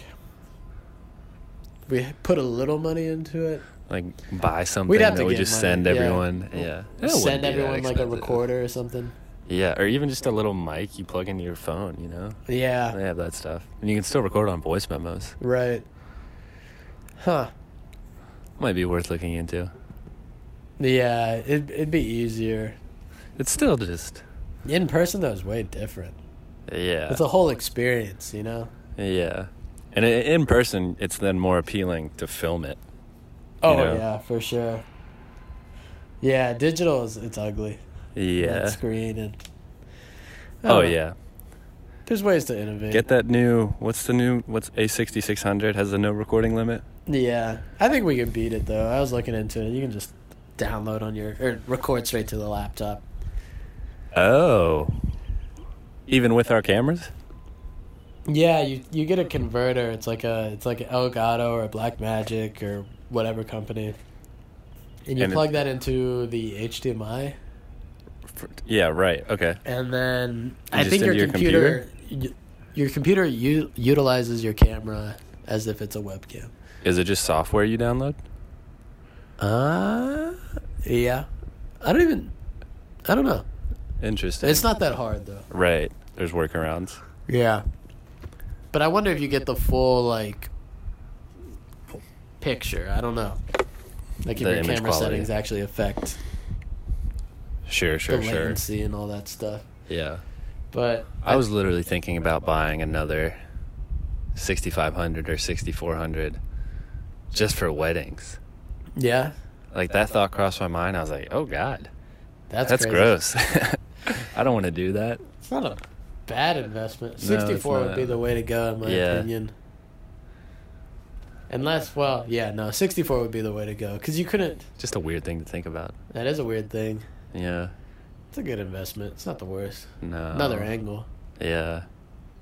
C: we put a little money into it.
B: like buy something
C: have to
B: that we
C: get
B: just
C: money,
B: send
C: yeah.
B: everyone. Yeah, It wouldn't
C: Send
B: be that
C: everyone like a
B: expensive.
C: recorder or something.
B: Yeah, or even just a little mic you plug into your phone. You know,
C: Yeah.
B: they have that stuff, and you can still record on voice memos.
C: Right. Huh.
B: Might be worth looking into.
C: Yeah, it it'd be easier.
B: It's still just
C: In person though is way different.
B: yeah,
C: It's a whole experience, you know?
B: yeah, and i- in person, it's then more appealing to film it.
C: Oh
B: know?
C: yeah, for sure. Yeah, digital is it's ugly.
B: Yeah.
C: That screen and I
B: Oh
C: don't know.
B: yeah.
C: There's ways to innovate.
B: Get that new. What's the new? What's A sixty six hundred has the no recording limit.
C: Yeah, I think we can beat it though. I was looking into it. You can just download on your or record straight to the laptop.
B: Oh. Even with our cameras?
C: Yeah, you you get a converter. It's like a it's like an Elgato or a Blackmagic or whatever company. And you
B: And it-
C: plug that into the HDMI,
B: For- yeah. Right. Okay.
C: and then
B: You
C: I
B: just
C: think your,
B: into your
C: computer, y your computer u- utilizes your camera as if it's a webcam.
B: Is it just software you download? Ah.
C: Uh yeah. I don't even. I don't know.
B: Interesting.
C: It's not that hard though.
B: right. There's workarounds.
C: Yeah. But I wonder if you get the full like picture. I don't know. Like if
B: The
C: your
B: image
C: camera
B: quality.
C: settings actually affect
B: Sure. Sure.
C: the
B: Sure.
C: latency and all that stuff.
B: Yeah.
C: But
B: I was literally thinking about buying another sixty five hundred or sixty four hundred, just for weddings.
C: yeah,
B: Like that thought crossed my mind. I was like, oh god,
C: that's
B: that's,
C: crazy.
B: gross. I don't want to do that.
C: It's not a bad investment.
B: No, it's
C: Sixty four would
B: not.
C: be the way to go in my
B: Yeah.
C: opinion. Unless, well, yeah, no, sixty four would be the way to go because you couldn't.
B: Just a weird thing to think about.
C: That is a weird thing.
B: Yeah.
C: It's a good investment. It's not the worst.
B: No.
C: Another angle,
B: Yeah.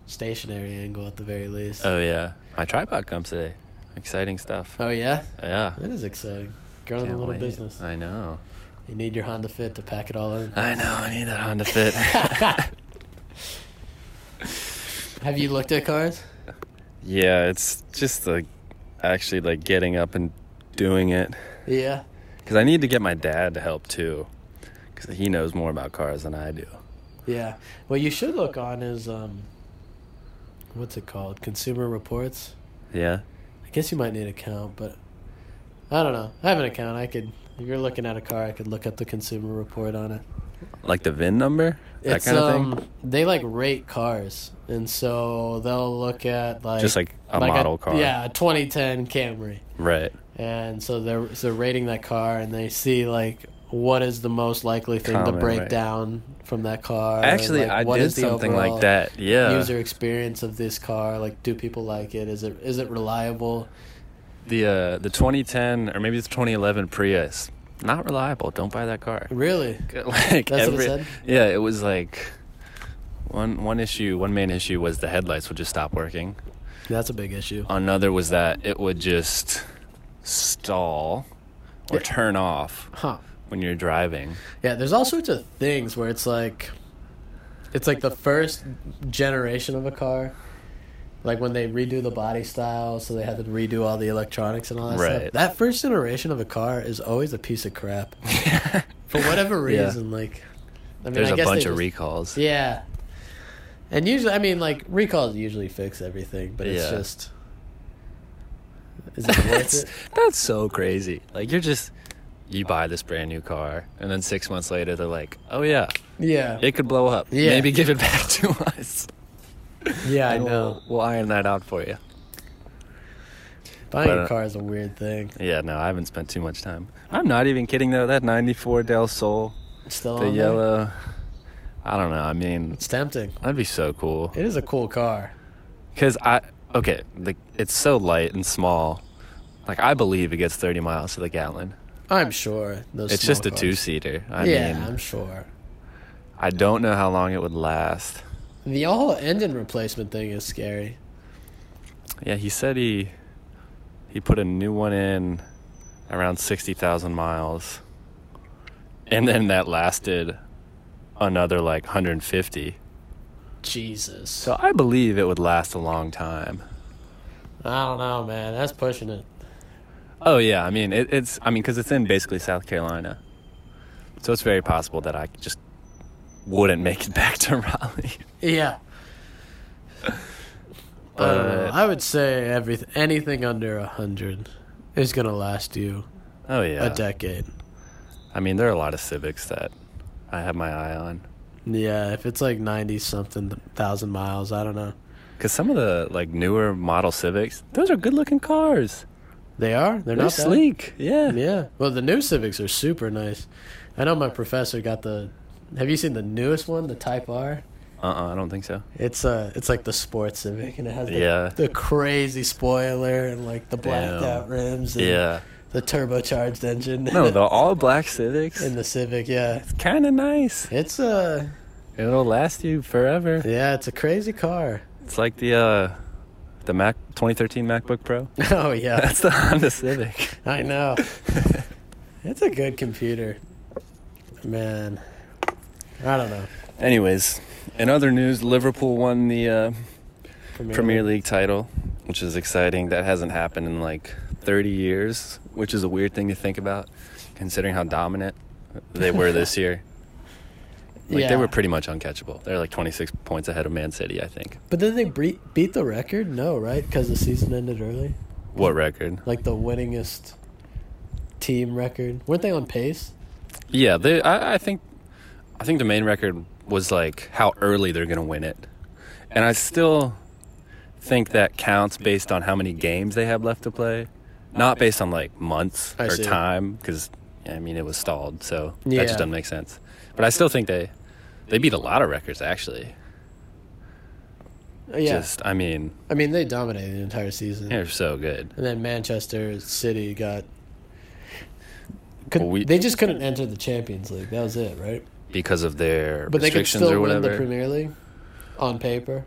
C: stationary angle at the very least.
B: Oh yeah. My tripod comes today. Exciting stuff.
C: oh yeah,
B: Yeah.
C: That is exciting. Growing a
B: Can't
C: little
B: wait. Uh.
C: business.
B: I know.
C: You need your Honda Fit to pack it all in.
B: I know. I need that Honda Fit.
C: Have you looked at cars?
B: yeah, it's just like actually like getting up and doing it.
C: Yeah.
B: Because I need to get my dad to help too. Because he knows more about cars than I do.
C: Yeah. What you should look on is um what's it called? Consumer Reports.
B: Yeah.
C: I guess you might need an account, but I don't know. I have an account. I could if you're looking at a car, I could look up the consumer report on it.
B: Like the VIN number? That
C: It's
B: kind of
C: um
B: thing?
C: they like rate cars. And so they'll look at like
B: Just like a model car.
C: Yeah, a 2010 Camry.
B: Right.
C: and so they're so rating that car and they see like what is the most likely thing to
B: Common,
C: break
B: right.
C: down from that car
B: Actually,
C: like,
B: I
C: what
B: did
C: is the
B: something
C: overall
B: like that. Yeah.
C: user experience of this car like do people like it is it is it reliable
B: The uh, the 2010 or maybe it's 2011 Prius. Not reliable. Don't buy that car.
C: really
B: like
C: That's what it
B: every,
C: said?
B: Yeah, it was like one one issue, one main issue was the headlights would just stop working.
C: that's a big issue
B: Another was that it would just stall or
C: Yeah.
B: turn off
C: huh
B: when you're driving.
C: yeah there's all sorts of things where it's like it's like the first generation of a car like when they redo the body style so they have to redo all the electronics and all that stuff
B: Right.
C: that first generation of a car is always a piece of crap for whatever
B: Yeah.
C: reason, like I mean,
B: There's
C: a
B: a bunch of
C: recalls.
B: recalls.
C: Yeah, and usually, I mean, like recalls usually fix everything, but it's
B: Yeah.
C: just is it worth
B: that's
C: it?
B: that's so crazy. Like you're just you buy this brand new car and then 6 months later they're like, "Oh yeah,
C: Yeah,
B: it could blow up.
C: Yeah.
B: Maybe give it back to us."
C: yeah, I
B: And
C: know.
B: We'll, we'll iron that out for you.
C: Buying
B: but,
C: a
B: uh,
C: car is a weird thing.
B: Yeah, no, I haven't spent too much time. I'm not even kidding though. That 94 Del Sol,
C: It's still
B: the
C: on there?
B: yellow. I don't know. I mean,
C: It's tempting.
B: that'd be so cool.
C: It is a cool car.
B: Because I okay, the, it's so light and small. Like I believe it gets 30 miles to the gallon.
C: I'm sure. Those
B: it's
C: small
B: just a
C: cars.
B: two seater. I
C: yeah,
B: mean,
C: I'm sure.
B: I don't know how long it would last.
C: The whole engine replacement thing is scary.
B: Yeah, he said he he put a new one in around 60,000 miles. And then that lasted another like 150.
C: Jesus.
B: So I believe it would last a long time.
C: I don't know, man. That's pushing it.
B: Oh yeah, I mean it, it's I mean because it's in basically South Carolina, so it's very possible that I just wouldn't make it back to Raleigh.
C: Yeah. I don't know.
B: But
C: I would say everything, anything under a hundred is gonna last you
B: oh yeah,
C: a decade.
B: I mean there are a lot of Civics that I have my eye on
C: Yeah, if it's like ninety something thousand miles, I don't know.
B: because some of the like newer model Civics, those are good looking cars.
C: They are.
B: They're
C: They're, not bad.
B: sleek. Yeah.
C: Yeah. Well, the new Civics are super nice. I know my professor got the. Have you seen the newest one, the Type R?
B: Uh uh I don't think so.
C: It's uh, it's like the sports Civic, and it has the,
B: Yeah.
C: the crazy spoiler and like the blacked
B: Damn.
C: out rims. And
B: Yeah.
C: The turbocharged engine.
B: No, the all black Civics.
C: in the Civic, yeah.
B: Kind of nice.
C: It's a
B: It'll last you forever.
C: yeah, it's a crazy car.
B: It's like the uh, the Mac 2013 MacBook Pro.
C: Oh yeah,
B: That's the Honda Civic.
C: I know. It's a good computer, man. I don't know.
B: Anyways, in other news, Liverpool won the uh,
C: Premier,
B: Premier League title, which is exciting. That hasn't happened in like 30 years, which is a weird thing to think about, considering how dominant they were this year. Like
C: yeah.
B: they were pretty much uncatchable. They're like 26 points ahead of Man City, I think.
C: But did they bre- beat the record? No, right? Because the season ended early.
B: What record?
C: Like the winningest team record. Weren't they on pace?
B: Yeah, they. I, I think, I think the main record was like how early they're gonna win it, and I still think that counts based on how many games they have left to play, not based on like months
C: I
B: or
C: see.
B: time. Because I mean, it was stalled, so
C: Yeah.
B: that just doesn't make sense. But I still think they they beat a lot of records actually.
C: Uh, Yeah.
B: Just I mean,
C: I mean, they dominated the entire season.
B: they're so good.
C: And then Manchester City got. Could,
B: Well, we-
C: they just couldn't enter the Champions League. That was it, right?
B: Because of their
C: But they could
B: restrictions
C: still
B: or
C: win
B: whatever.
C: the Premier League on paper.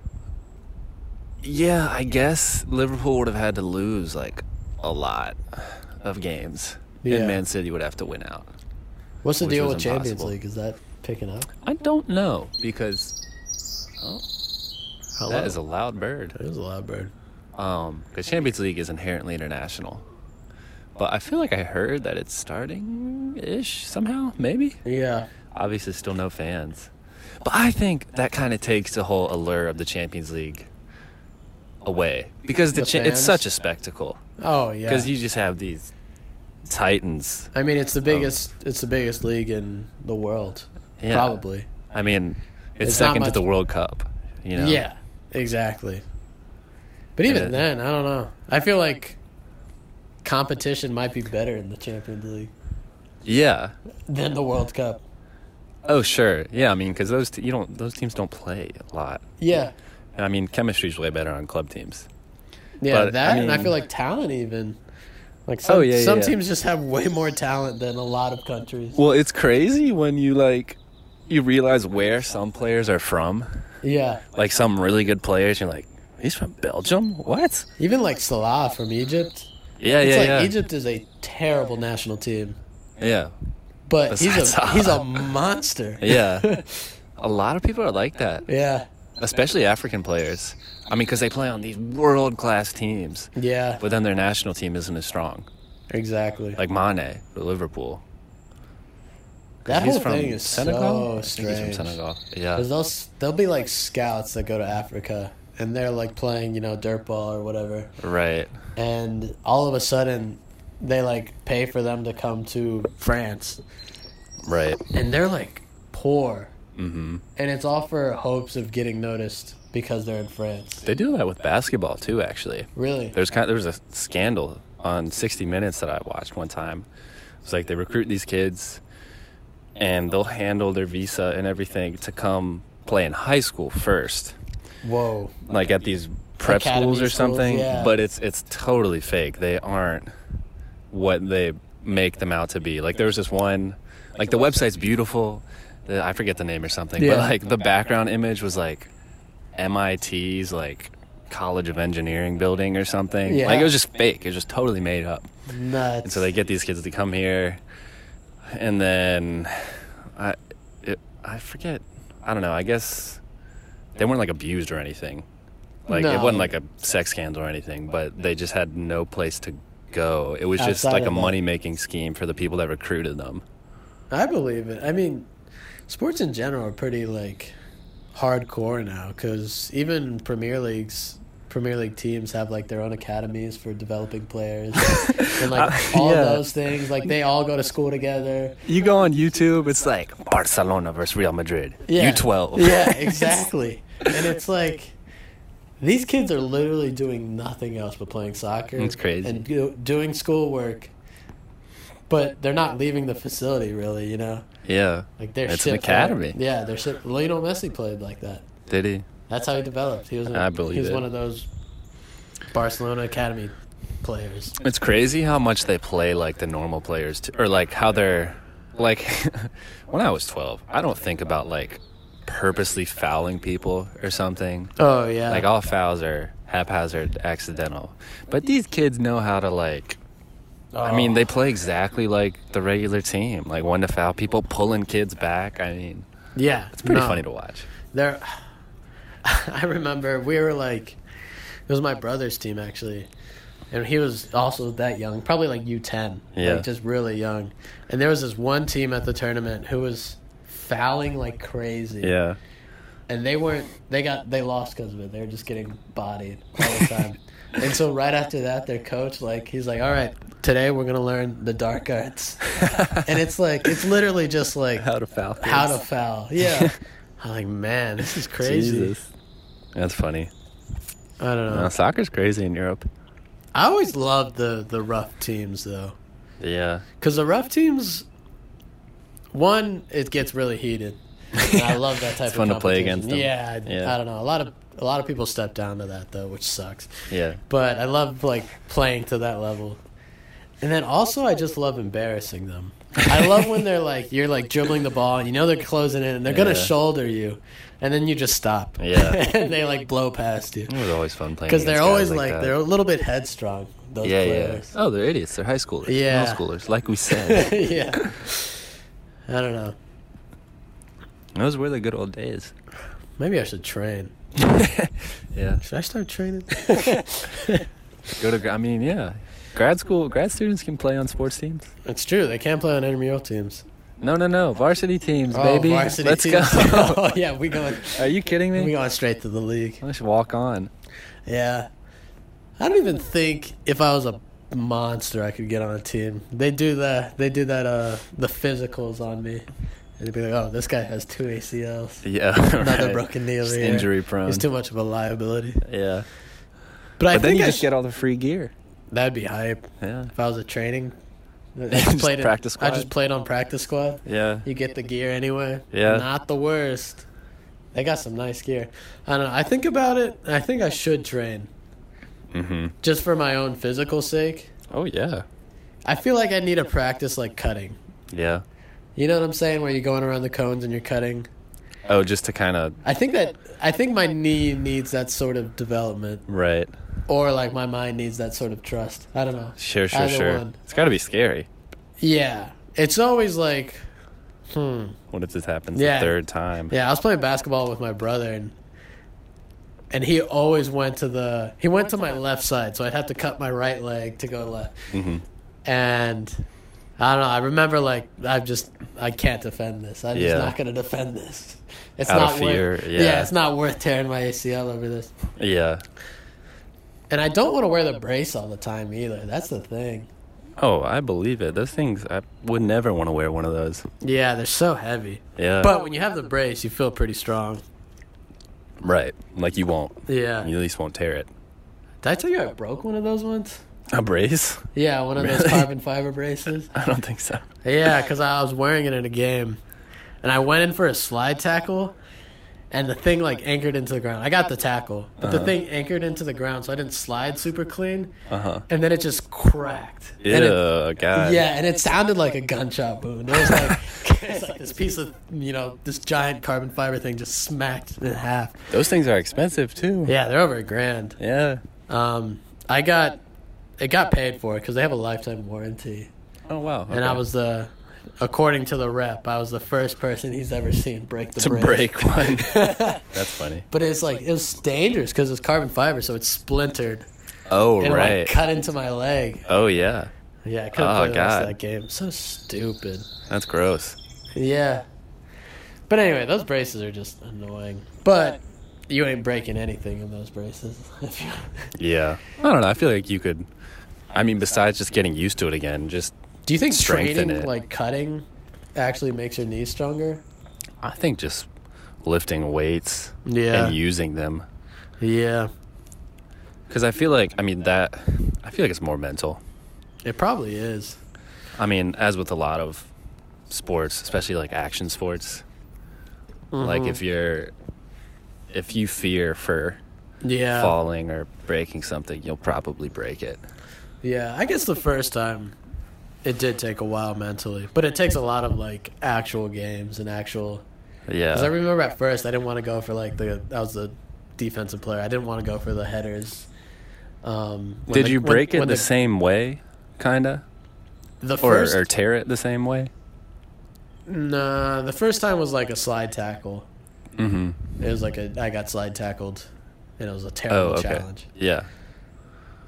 B: Yeah, I guess Liverpool would have had to lose like a lot of games.
C: Yeah.
B: And Man City would have to win out.
C: What's the
B: Which
C: deal
B: was
C: with Champions
B: impossible.
C: League? Is that picking up?
B: I don't know because oh,
C: Hello?
B: that is a loud bird.
C: There's a loud bird.
B: Um, the Champions League is inherently international. But I feel like I heard that it's starting ish somehow, maybe.
C: Yeah.
B: Obviously, still no fans. But I think that kind of takes the whole allure of the Champions League away because the
C: The
B: cha- it's
C: fans?
B: such a spectacle.
C: Oh yeah.
B: Because you Oh. just have these titans
C: I mean, it's the biggest. It's the biggest league in the world.
B: Yeah.
C: Probably.
B: I mean, it's,
C: It's not
B: second to
C: much-
B: the World Cup. You know?
C: Yeah. Exactly. But even
B: Yeah.
C: then, I don't know. I feel like competition might be better in the Champions League
B: Yeah.
C: than the World Cup.
B: Oh, sure. Yeah. I mean, because those te- you don't those teams don't play a lot.
C: Yeah.
B: And I mean, chemistry's way better on club teams.
C: Yeah,
B: But,
C: that
B: I
C: and I
B: mean-
C: feel like talent even. Like some,
B: Oh, yeah,
C: some
B: yeah.
C: teams just have way more talent than a lot of countries.
B: Well, it's crazy when you like you realize where some players are from.
C: Yeah.
B: Like some really good players, you're like, he's from Belgium. What?
C: Even like Salah from Egypt.
B: Yeah,
C: It's
B: yeah,
C: like
B: yeah.
C: Egypt is a terrible national team.
B: Yeah,
C: But he's
B: Besides
C: a
B: Salah.
C: he's a monster.
B: yeah. a lot of people are like that,
C: Yeah.
B: especially African players. I mean, because they play on these world class teams,
C: Yeah.
B: but then their national team isn't as strong.
C: Exactly.
B: like Mane for Liverpool.
C: that
B: he's
C: whole
B: from
C: thing is
B: Senegal.
C: so strange.
B: I think he's from Senegal. Yeah.
C: 'Cause they'll they'll be like scouts that go to Africa and they're like playing, you know, dirt ball or whatever.
B: Right.
C: and all of a sudden they like pay for them to come to France
B: Right.
C: and they're like poor mm-hmm. and it's all for hopes of getting noticed because they're in France
B: They do that with basketball too. Actually,
C: really
B: there's kind there was a scandal on 60 Minutes that I watched one time. It's like they recruit these kids, and they'll handle their visa and everything to come play in high school first,
C: whoa
B: like at these prep
C: Academy
B: schools or
C: schools,
B: something,
C: yeah.
B: but it's it's totally fake. They aren't what they make them out to be. Like there was this one, like the website's beautiful. The, I forget the name or something,
C: Yeah.
B: but like the background image was like MIT's like College of Engineering building or something.
C: Yeah.
B: Like it was just fake. It was just totally made up.
C: Nuts.
B: And so they get these kids to come here, and then I, it, I forget. I don't know. I guess they weren't like abused or anything. Like it
C: No.
B: wasn't like a sex scandal or anything, but they just had no place to go. It was just
C: Outside
B: like
C: of
B: a
C: that.
B: money making scheme for the people that recruited them.
C: I believe it. I mean, sports in general are pretty like hardcore now because even Premier Leagues, Premier League teams have like their own academies for developing players and like all
B: Uh, yeah.
C: those things. Like they all go to school together.
B: You go on YouTube, it's like Barcelona versus Real Madrid.
C: Yeah.
B: U twelve.
C: Yeah, exactly. and it's like these kids are literally doing nothing else but playing soccer.
B: It's crazy.
C: And do, doing schoolwork, but they're not leaving the facility really. You know,
B: yeah.
C: like they're
B: It's an
C: shit players.
B: academy.
C: Yeah, they're shit. Lionel Messi played like that.
B: Did he?
C: That's how he developed. He was. a-
B: I believe
C: he was
B: it.
C: one of those Barcelona academy players.
B: It's crazy how much they play like the normal players, t- or like how they're like. when I was twelve, I don't think about like purposely fouling people or something.
C: Oh yeah.
B: Like all fouls are haphazard, accidental. But these kids know how to like.
C: Oh.
B: I mean, they play exactly like the regular team. Like one to foul people, pulling kids back. I mean,
C: yeah.
B: it's pretty funny to watch.
C: There, I remember we were like, it was my brother's team actually, and he was also that young, probably like U ten,
B: Yeah.
C: like just really young. And there was this one team at the tournament who was fouling like crazy,
B: Yeah.
C: and they weren't. They got they lost because of it. They were just getting bodied all the time. and so right after that, their coach like he's like, all right, today we're gonna learn the dark arts, and it's like it's literally just like
B: How to foul. Kids.
C: how to foul, yeah. I'm like, man, this is crazy.
B: Jesus. That's funny.
C: I don't know.
B: No, soccer's crazy in Europe.
C: I always loved the the rough teams though,
B: Yeah.
C: because the rough teams, one it gets really heated. And I love that type.
B: It's
C: of
B: fun to play
C: competition.
B: against them.
C: Yeah, I-
B: Yeah.
C: I don't know. A lot of a lot of people step down to that though, which sucks.
B: Yeah.
C: But I love like playing to that level, and then also I just love embarrassing them. I love when they're like you're like dribbling the ball, and you know they're closing in, and they're gonna
B: Yeah.
C: shoulder you, and then you just stop.
B: Yeah.
C: and they like blow past you.
B: It was always fun playing
C: Because they're
B: against guys
C: always like,
B: that.
C: they're a little bit headstrong. Those
B: yeah, yeah.
C: players.
B: Oh, they're idiots. They're high schoolers,
C: Yeah.
B: middle schoolers, like we said.
C: yeah. I don't know.
B: Those were the good old days.
C: Maybe I should train.
B: Yeah,
C: Should I start training?
B: go to. gra- I mean, yeah, grad school. Grad students can play on sports teams.
C: it's true. They can't play on intramural teams.
B: No, no, no, varsity teams, baby.
C: Oh, varsity
B: Let's
C: teams.
B: go.
C: oh, yeah, we going
B: Are you kidding
C: we
B: me?
C: going straight to the league.
B: Let's walk on.
C: Yeah. I don't even think if I was a monster I could get on a team. They do the they do that uh the physicals on me. And they'd be like, Oh, this guy has two ACLs.
B: Yeah,
C: Another
B: right.
C: broken knee
B: Just
C: over here.
B: injury prone.
C: He's too much of a liability.
B: yeah,
C: But, I
B: but then
C: think
B: you
C: I
B: just
C: sh-
B: get all the free gear.
C: that'd be hype.
B: Yeah,
C: If I was a training, I
B: Just
C: just played it-
B: practice
C: I
B: squad.
C: just played on practice squad.
B: yeah.
C: You get the gear anyway.
B: Yeah.
C: Not the worst. They got some nice gear. I don't know. I think about it. I think I should train
B: Mm-hmm.
C: just for my own physical sake.
B: Oh yeah,
C: I feel like I need to practice like cutting.
B: yeah.
C: You know what I'm saying? Where you're going around the cones and you're cutting.
B: Oh, just to kind of
C: I think that I think my knee needs that sort of development,
B: right.
C: or like my mind needs that sort of trust. I don't know.
B: Sure, sure,
C: Either
B: sure.
C: one.
B: It's got to be scary.
C: Yeah, it's always like, hmm.
B: What if this happens
C: Yeah.
B: the third time?
C: Yeah, I was playing basketball with my brother, and and he always went to the he went to my left side, so I'd have to cut my right leg to go left.
B: Mhm.
C: And I don't know. I remember like I just I can't defend this. I'm
B: Yeah.
C: just not going to defend this. It's
B: Out
C: not
B: of fear,
C: worth.
B: yeah.
C: it's not worth tearing my ACL over this.
B: yeah.
C: And I don't want to wear the brace all the time either. That's the thing.
B: Oh, I believe it. Those things, I would never want to wear one of those.
C: Yeah, they're so heavy.
B: Yeah.
C: But when you have the brace, you feel pretty strong.
B: right. Like you won't.
C: Yeah.
B: You at least won't tear it.
C: Did I tell you I broke one of those once?
B: A brace?
C: Yeah, one of
B: Really?
C: those carbon fiber braces.
B: I don't think so.
C: Yeah, because I was wearing it in a game, and I went in for a slide tackle, and the thing like anchored into the ground. I got the tackle, but the thing anchored into the ground, so I didn't slide super clean.
B: Uh-huh.
C: And then it just cracked. And it-
B: Yeah, God.
C: yeah, and it sounded like a gunshot wound. It was like, it's like this piece of you know this giant carbon fiber thing just smacked in half.
B: Those things are expensive too.
C: Yeah, they're over a grand.
B: Yeah.
C: Um, I got it got paid for because they have a lifetime warranty,
B: Oh wow.
C: and I
B: okay.
C: was the according to the rep, I was the first person he's ever seen break the
B: to
C: brakes.
B: break one. That's funny.
C: But it's like it was dangerous because it's carbon fiber, so it's splintered
B: Oh
C: and it,
B: right.
C: like cut into my leg.
B: Oh yeah.
C: Yeah, I couldn't
B: Oh,
C: play the rest of
B: God.
C: that game. So stupid.
B: That's gross.
C: Yeah. But anyway, those braces are just annoying. But you ain't breaking anything in those braces. If you-
B: Yeah. I don't know. I feel like you could. I mean, besides just getting used to it again, just
C: Do you think
B: Strengthen
C: training,
B: it.
C: like cutting, actually makes your knees stronger?
B: I think just lifting weights
C: Yeah.
B: and using them
C: Yeah.
B: because I feel like I mean that I feel like it's more mental.
C: It probably is.
B: I mean, as with a lot of sports, especially like action sports, like
C: Mm-hmm.
B: if you're if you fear for
C: Yeah.
B: falling or breaking something, you'll probably break it.
C: Yeah. I guess the first time it did take a while mentally, but it takes a lot of like actual games and actual. Because I
B: Yeah.
C: remember at first I didn't want to go for like the I was the defensive player. I didn't want to go for the headers. Um, when
B: Did
C: the-
B: you
C: when-
B: break it
C: when
B: the, same way, kinda,
C: The
B: or,
C: first
B: or tear it the same way?
C: Nah, the first time was like a slide tackle. Mm-hmm. It was like a I got slide tackled, and it was a
B: Oh,
C: terrible
B: okay.
C: challenge.
B: Yeah.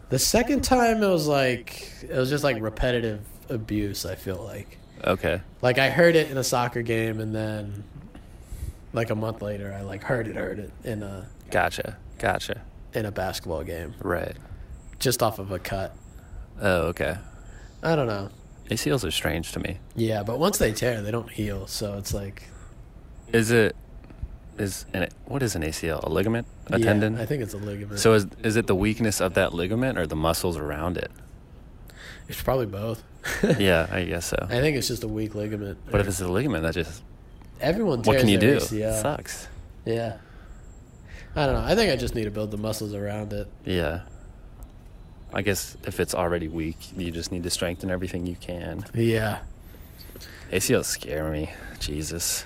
C: The second time it was like it was just like repetitive abuse. I feel like
B: Okay.
C: like I heard it in a soccer game, and then like a month later, I like heard it, heard it in a
B: Gotcha. Gotcha.
C: in a basketball game,
B: Right.
C: just off of a cut.
B: Oh, okay.
C: I don't know.
B: ACLs are strange to me.
C: Yeah, but once they tear, they don't heal. So it's like
B: Is it is an what is an ACL? A ligament? A
C: yeah,
B: tendon?
C: I think it's a ligament.
B: so is is it the weakness of that ligament or the muscles around it?
C: it's probably both.
B: yeah, I guess so.
C: I think it's just a weak ligament.
B: But if it's a ligament, that just
C: Everyone tears
B: what can you do?
C: their
B: It
C: ACL.
B: sucks.
C: Yeah. I don't know. I think I just need to build the muscles around it.
B: Yeah. I guess if it's already weak, you just need to strengthen everything you can.
C: Yeah.
B: ACLs scare me. Jesus.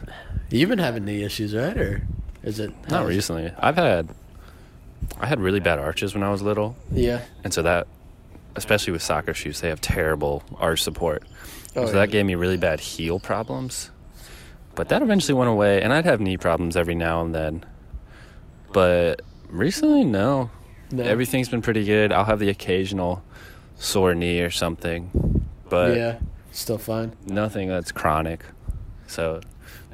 C: You've been having knee issues, right? Or is it
B: Not recently. I've had I had really bad arches when I was little.
C: Yeah.
B: And so that, especially with soccer shoes, they have terrible arch support. so
C: Oh, yeah.
B: that gave me really bad heel problems. But that eventually went away, and I'd have knee problems every now and then. But recently, no.
C: No.
B: Everything's been pretty good. I'll have the occasional sore knee or something, but
C: yeah. Still fine.
B: nothing that's chronic. So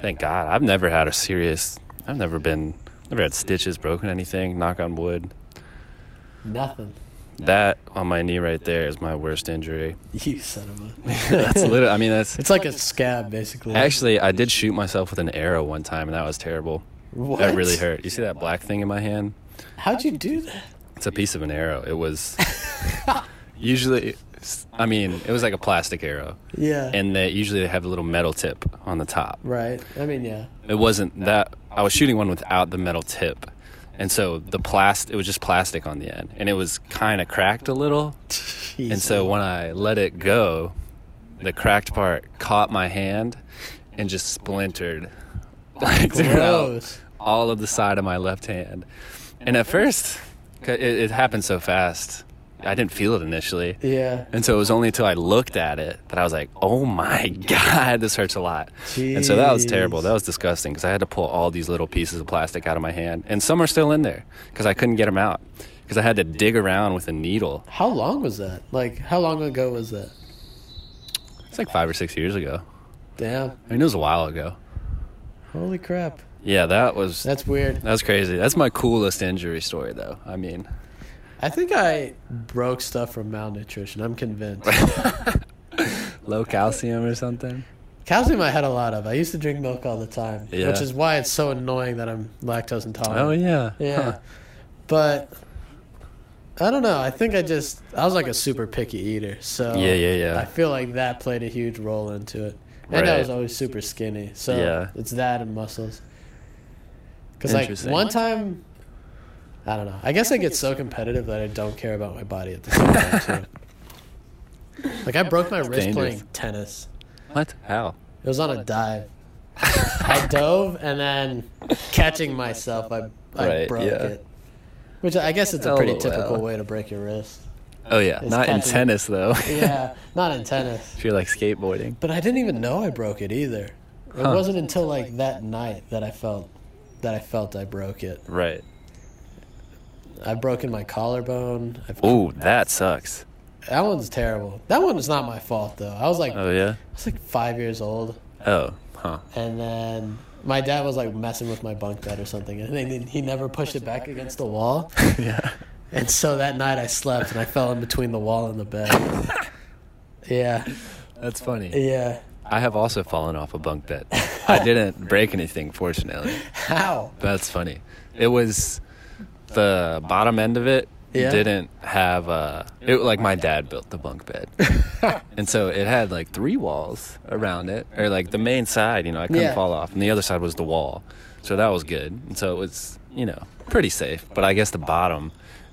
B: thank God. I've never had a serious, I've never been, never had stitches, broken anything, knock on wood.
C: Nothing.
B: That on my knee right there is my worst injury.
C: You son of a.
B: that's literally. I mean, that's
C: It's like a scab, basically.
B: actually. I did shoot myself with an arrow one time, and that was terrible.
C: what?
B: That really hurt. You see that black thing in my hand?
C: How'd you do that?
B: It's a piece of an arrow. It was usually. I mean, it was like a plastic arrow,
C: Yeah.
B: and they usually they have a little metal tip on the top.
C: right. I mean, yeah.
B: It wasn't that. I was shooting one without the metal tip, and so the plast. It was just plastic on the end, and it was kind of cracked a little. And so when I let it go, the cracked part caught my hand and just splintered like throughout
C: Gross.
B: all of the side of my left hand. And at first, 'cause it, it happened so fast, I didn't feel it initially.
C: Yeah.
B: And so it was only until I looked at it that I was like, "Oh my god, this hurts a lot." And so that was terrible.
C: Jeez.
B: That was disgusting because I had to pull all these little pieces of plastic out of my hand, and some are still in there because I couldn't get them out because I had to dig around with a needle.
C: How long was that? Like, how long ago was that?
B: It's like five or six years ago.
C: Damn.
B: I mean, it was a while ago.
C: Holy crap.
B: Yeah, that was that
C: That's weird.
B: was crazy. That's my coolest injury story, though. I mean,
C: I think I broke stuff from malnutrition. I'm convinced.
B: low calcium or something.
C: Calcium I had a lot of. I used to drink milk all the time,
B: Yeah.
C: which is why it's so annoying that I'm lactose
B: Oh
C: intolerant.
B: yeah,
C: yeah.
B: Huh.
C: But I don't know. I think I just I was like a super picky eater, so
B: Yeah, yeah, yeah.
C: I feel like that played a huge role into it, and I
B: Right.
C: was always super skinny, so
B: Yeah.
C: it's that and muscles. Because like
B: Interesting.
C: one time, I don't know. I guess I get so competitive that I don't care about my body at the same time. Too. Like I broke my wrist
B: dangerous.
C: playing tennis.
B: What? How?
C: It was on a dive. I dove and then catching myself, I, I
B: Right,
C: broke
B: yeah.
C: it. Which I guess it's a
B: Oh,
C: pretty
B: well.
C: typical way to break your wrist.
B: Oh yeah,
C: It's
B: not in
C: catching-
B: tennis though.
C: Yeah, not in tennis.
B: if you're like skateboarding.
C: But I didn't even know I broke it either. It
B: Huh.
C: wasn't until like that night that I felt that I felt I broke it.
B: Right.
C: I've broken my collarbone. I've,
B: Ooh, that sucks.
C: that one's terrible. That one was not my fault though. I was like
B: Oh yeah.
C: I was like five years old,
B: Oh, huh.
C: and then my dad was like messing with my bunk bed or something, and then he never pushed it back against the wall.
B: yeah.
C: And so that night I slept and I fell in between the wall and the bed. Yeah,
B: That's funny.
C: yeah.
B: I have also fallen off a bunk bed. I didn't break anything, fortunately.
C: How?
B: That's funny. It was the bottom end of it
C: Yeah.
B: didn't have uh it like my dad built the bunk bed. and so it had like three walls around it or like the main side, you know, I couldn't
C: Yeah.
B: fall off. And the other side was the wall. So that was good. And so it was, you know, pretty safe, but I guess the bottom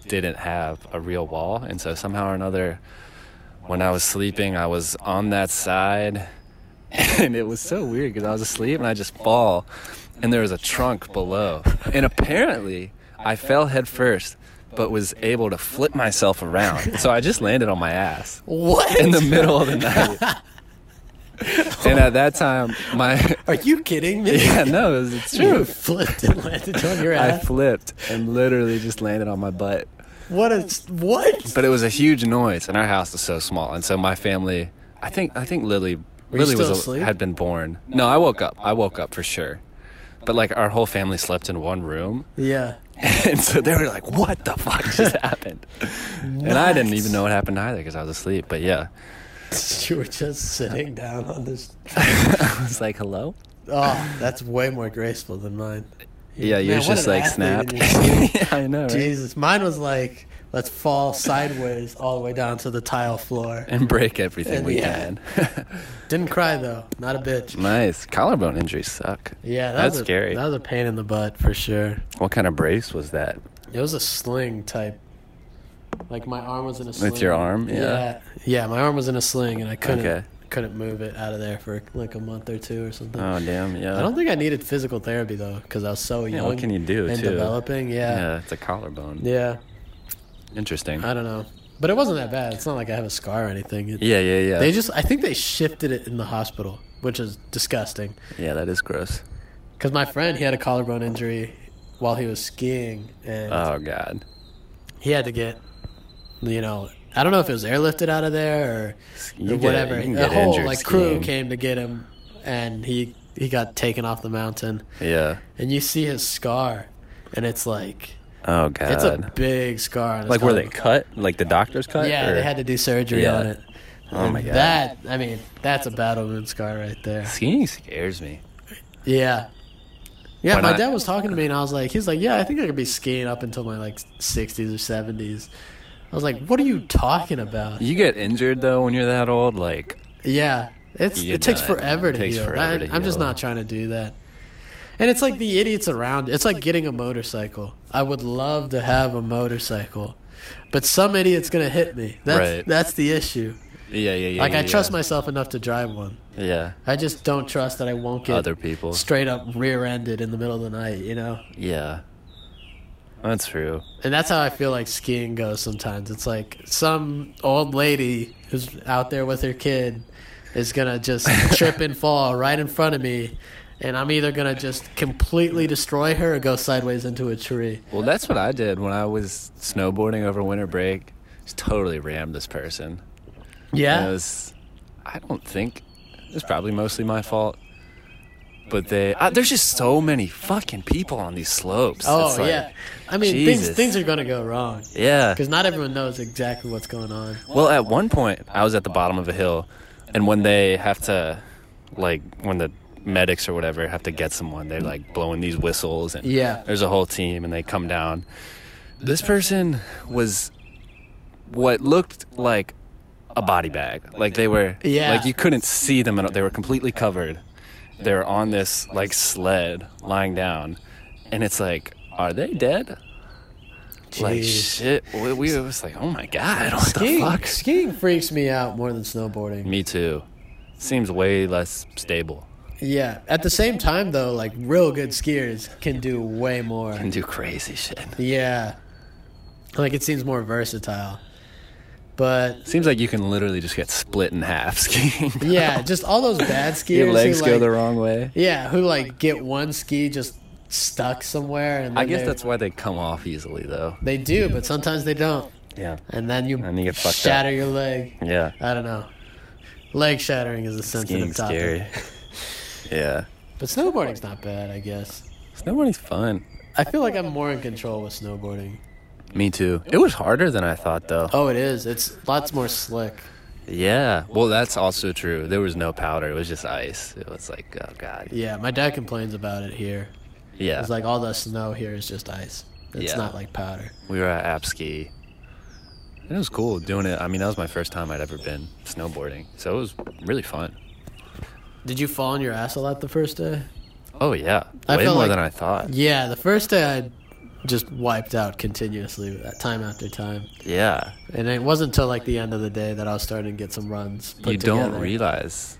B: didn't have a real wall and so somehow or another when I was sleeping, I was on that side and it was so weird because I was asleep and I just fall, and there was a trunk below, and apparently I fell head first, but was able to flip myself around, so I just landed on my ass
C: What?
B: in the middle of the night. And at that time, my
C: Are you kidding me?
B: yeah no, it's, it's
C: You
B: true.
C: flipped and landed on your
B: I
C: ass.
B: flipped and literally just landed on my butt.
C: What a what?
B: But it was a huge noise, and our house is so small, and so my family. I think I think Lily
C: you
B: Lily
C: still
B: was a,
C: asleep?
B: had been born. No, I woke up. I woke up for sure. But like our whole family slept in one room,
C: Yeah.
B: and so they were like, "What the fuck just happened?" And I didn't even know what happened either because I was asleep. But yeah,
C: You were just sitting down on this.
B: I was like, "Hello."
C: Oh, that's way more graceful than mine.
B: Yeah,
C: Man,
B: yours
C: what
B: just
C: an
B: like
C: athlete
B: snap.
C: in your sleep.
B: yeah, I know, right?
C: Jesus, mine was like, let's fall sideways all the way down to the tile floor.
B: And break everything we
C: Yeah.
B: can.
C: Didn't cry though, not a bitch.
B: nice collarbone injuries suck.
C: Yeah, that
B: That's
C: was a,
B: scary.
C: That was a pain in the butt for sure.
B: What kind of brace was that?
C: It was a sling type. Like my arm was in a sling.
B: With your arm?
C: Yeah.
B: Yeah.
C: yeah, my arm was in a sling, and I couldn't
B: Okay.
C: couldn't move it out of there for like a month or two or something.
B: Oh damn. Yeah.
C: I don't think I needed physical therapy though, because I was so young.
B: what can you do,
C: And
B: too?
C: developing, yeah.
B: Yeah, it's a collarbone.
C: yeah,
B: Interesting.
C: I don't know, but it wasn't that bad. It's not like I have a scar or anything. It,
B: Yeah, yeah, yeah.
C: They just, I think they shifted it in the hospital, which is disgusting.
B: yeah, that is gross.
C: Because my friend, he had a collarbone injury while he was skiing, and
B: Oh god.
C: he had to get, you know, I don't know if it was airlifted out of there or.
B: You
C: or
B: get-
C: whatever.
B: you can
C: the
B: get
C: whole
B: injured
C: like crew
B: skiing.
C: came to get him, and he he got taken off the mountain.
B: Yeah.
C: And you see his scar, and it's like
B: Oh god.
C: it's a big scar. on his
B: like were they
C: collarbone.
B: cut? Like the doctors cut?
C: Yeah, they
B: or-
C: had to do surgery
B: Yeah.
C: on it.
B: Oh my god.
C: That I mean, that's a battle wound scar right there.
B: skiing scares me.
C: Yeah. Yeah,
B: Why
C: my
B: not?
C: dad was talking to me, and I was like, he's like, yeah, I think I could be skiing up until my like 60s or 70s. I was like, what are you talking about?
B: You get injured though when you're that old. Like
C: Yeah, it's
B: You
C: it takes
B: die.
C: forever
B: It
C: to
B: takes
C: heal.
B: forever
C: I,
B: to
C: I'm just
B: heal.
C: not trying to do that. And it's like the idiots around. It's like getting a motorcycle. I would love to have a motorcycle, but some idiot's gonna hit me. That's
B: Right.
C: that's the issue.
B: yeah, yeah, yeah.
C: Like
B: yeah,
C: I trust
B: yeah.
C: myself enough to drive one.
B: yeah
C: I just don't trust that I won't get
B: other people.
C: straight up rear-ended in the middle of the night. You know,
B: yeah. That's true.
C: and that's how I feel like skiing goes sometimes. It's like some old lady who's out there with her kid is gonna just trip and fall right in front of me, and I'm either gonna just completely destroy her or go sideways into a tree.
B: Well, that's what I did when I was snowboarding over winter break. Just totally rammed this person. And it
C: Yeah,
B: was, I don't think it was probably mostly my fault. But they, I, there's just so many fucking people on these slopes.
C: oh
B: It's like-
C: yeah. I mean,
B: Jesus.
C: things things are gonna go wrong
B: yeah.
C: because not everyone knows exactly what's going on.
B: Well, at one point, I was at the bottom of a hill, and when they have to, like, when the medics or whatever have to get someone, they're like blowing these whistles, and
C: Yeah.
B: there's a whole team, and they come down. This person was what looked like a body bag. Like they were,
C: Yeah.
B: like you couldn't see them, and they were completely covered. They were on this like sled lying down, and it's like, are they dead? Like
C: Jeez.
B: shit, we, we was like, oh my god, what
C: skiing,
B: the fuck?
C: skiing freaks me out more than snowboarding.
B: Me too. Seems way less stable.
C: Yeah. At the same time, though, like real good skiers can do way more.
B: Can do crazy shit.
C: Yeah. Like it seems more versatile. But
B: Seems like you can literally just get split in half skiing.
C: yeah, just all those bad skiers.
B: Your
C: who,
B: legs go
C: like-
B: the wrong way.
C: Yeah, who like get one ski just stuck somewhere, and
B: I
C: then
B: guess
C: they're-
B: that's why they come off easily, though.
C: they do, but sometimes they don't,
B: Yeah.
C: and then you
B: And you get fucked up.
C: shatter your leg.
B: Yeah.
C: I don't know. Leg shattering is a
B: Skiing
C: sensitive topic,
B: scary. yeah.
C: but snowboarding's not bad, I guess.
B: Snowboarding's fun.
C: I feel like I'm more in control with snowboarding.
B: Me too. It was harder than I thought, though.
C: Oh, it is. It's lots more slick.
B: Yeah. Well, that's also true. There was no powder. It was just ice. It was like, oh god.
C: Yeah, my dad complains about it here.
B: Yeah.
C: It's like all the snow here is just ice. It's
B: Yeah.
C: not like powder.
B: we were at Apski. It was cool doing it. I mean, that was my first time I'd ever been snowboarding, so it was really fun.
C: Did you fall on your ass a lot the first day?
B: Oh yeah,
C: I
B: way
C: felt
B: more
C: like-
B: than I thought.
C: Yeah, the first day I just wiped out continuously, uh, time after time.
B: Yeah.
C: And it wasn't until like the end of the day that I was starting to get some runs. Put
B: you don't
C: together.
B: realize,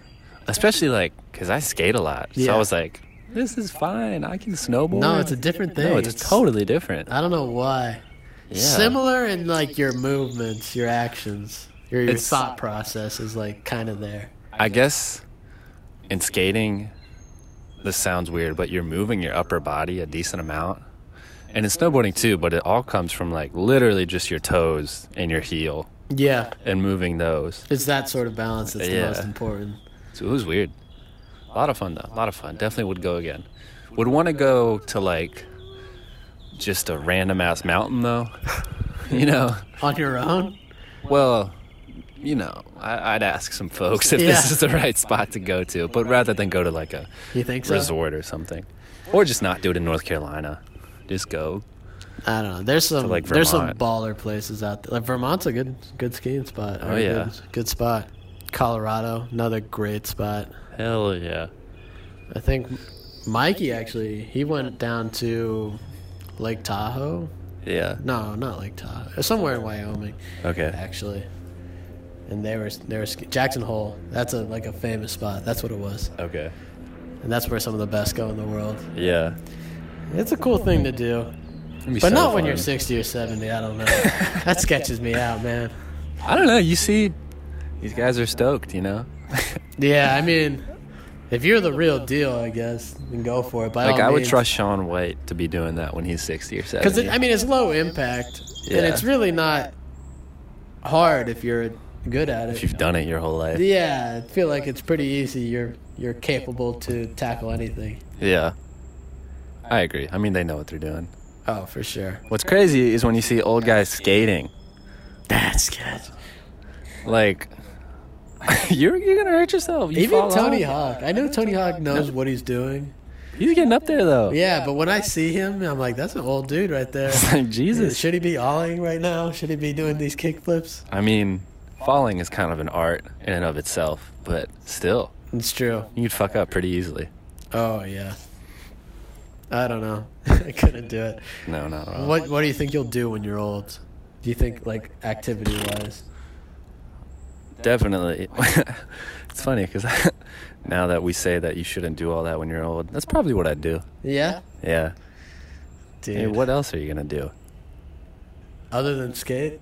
B: especially like because I skate a lot, so
C: Yeah.
B: I was like, "This is fine. I can snowboard."
C: No, it's a different thing.
B: No, it's,
C: It's-
B: totally different.
C: I don't know why.
B: Yeah.
C: Similar in like your movements, your actions, your, your
B: It's-
C: thought process is like kind of there.
B: I guess in skating, this sounds weird, but you're moving your upper body a decent amount, and in snowboarding too. But it all comes from like literally just your toes and your heel
C: Yeah,
B: and moving those.
C: it's that sort of balance that's the
B: Yeah.
C: most important.
B: So it was weird. A lot of fun though. A lot of fun. Definitely would go again. Would want to go to like just a random ass mountain though. you know.
C: On your own?
B: Well, you know, I, I'd ask some folks if
C: Yeah.
B: this is the right spot to go to. But rather than go to like a
C: You think so?
B: resort or something, or just not do it in North Carolina, just go.
C: I don't know. There's some
B: like,
C: there's some
B: Vermont.
C: baller places out there. Like Vermont's a good good skiing spot. or a
B: Oh, yeah.
C: good, good spot. Colorado, another great spot.
B: Hell yeah.
C: I think Mikey actually he went down to Lake Tahoe.
B: Yeah.
C: No, not Lake Tahoe. Somewhere in Wyoming,
B: Okay.
C: actually. And they were they were ski- Jackson Hole. That's a like a famous spot. That's what it was.
B: Okay.
C: And that's where some of the best go in the world.
B: Yeah.
C: It's a cool thing to do,
B: It'd be
C: but
B: so
C: not when
B: fun.
C: you're 60 or 70. I don't know. that sketches me out, man.
B: I don't know. You see, these guys are stoked. You know.
C: Yeah, I mean, if you're the real deal, I guess, then go for it. By
B: Like I would trust Sean White to be doing that when he's sixty or seventy.
C: because I mean it's low impact,
B: Yeah.
C: and it's really not hard if you're good at
B: if
C: it.
B: you've done it your whole life,
C: Yeah, I feel like it's pretty easy. You're you're capable to tackle anything.
B: yeah, I agree. I mean, they know what they're doing.
C: Oh, for sure.
B: What's crazy is when you see old guys skating.
C: That's good.
B: Like, you're you're gonna hurt yourself. You
C: Even
B: fall
C: Tony
B: off.
C: Hawk. I know Tony Hawk knows what he's doing.
B: he's getting up there though.
C: Yeah, but when I see him, I'm like, that's an old dude right there.
B: It's like Jesus.
C: Should he be ollieing right now? Should he be doing these kick flips?
B: I mean, falling is kind of an art in and of itself, but still,
C: It's true.
B: you could fuck up pretty easily.
C: Oh yeah. I don't know. I couldn't do it.
B: No, not at all.
C: What What do you think you'll do when you're old? Do you think like activity wise?
B: Definitely. it's funny because now that we say that you shouldn't do all that when you're old, that's probably what I'd do.
C: Yeah.
B: Yeah.
C: Dude.
B: Hey, what else are you gonna do?
C: Other than skate,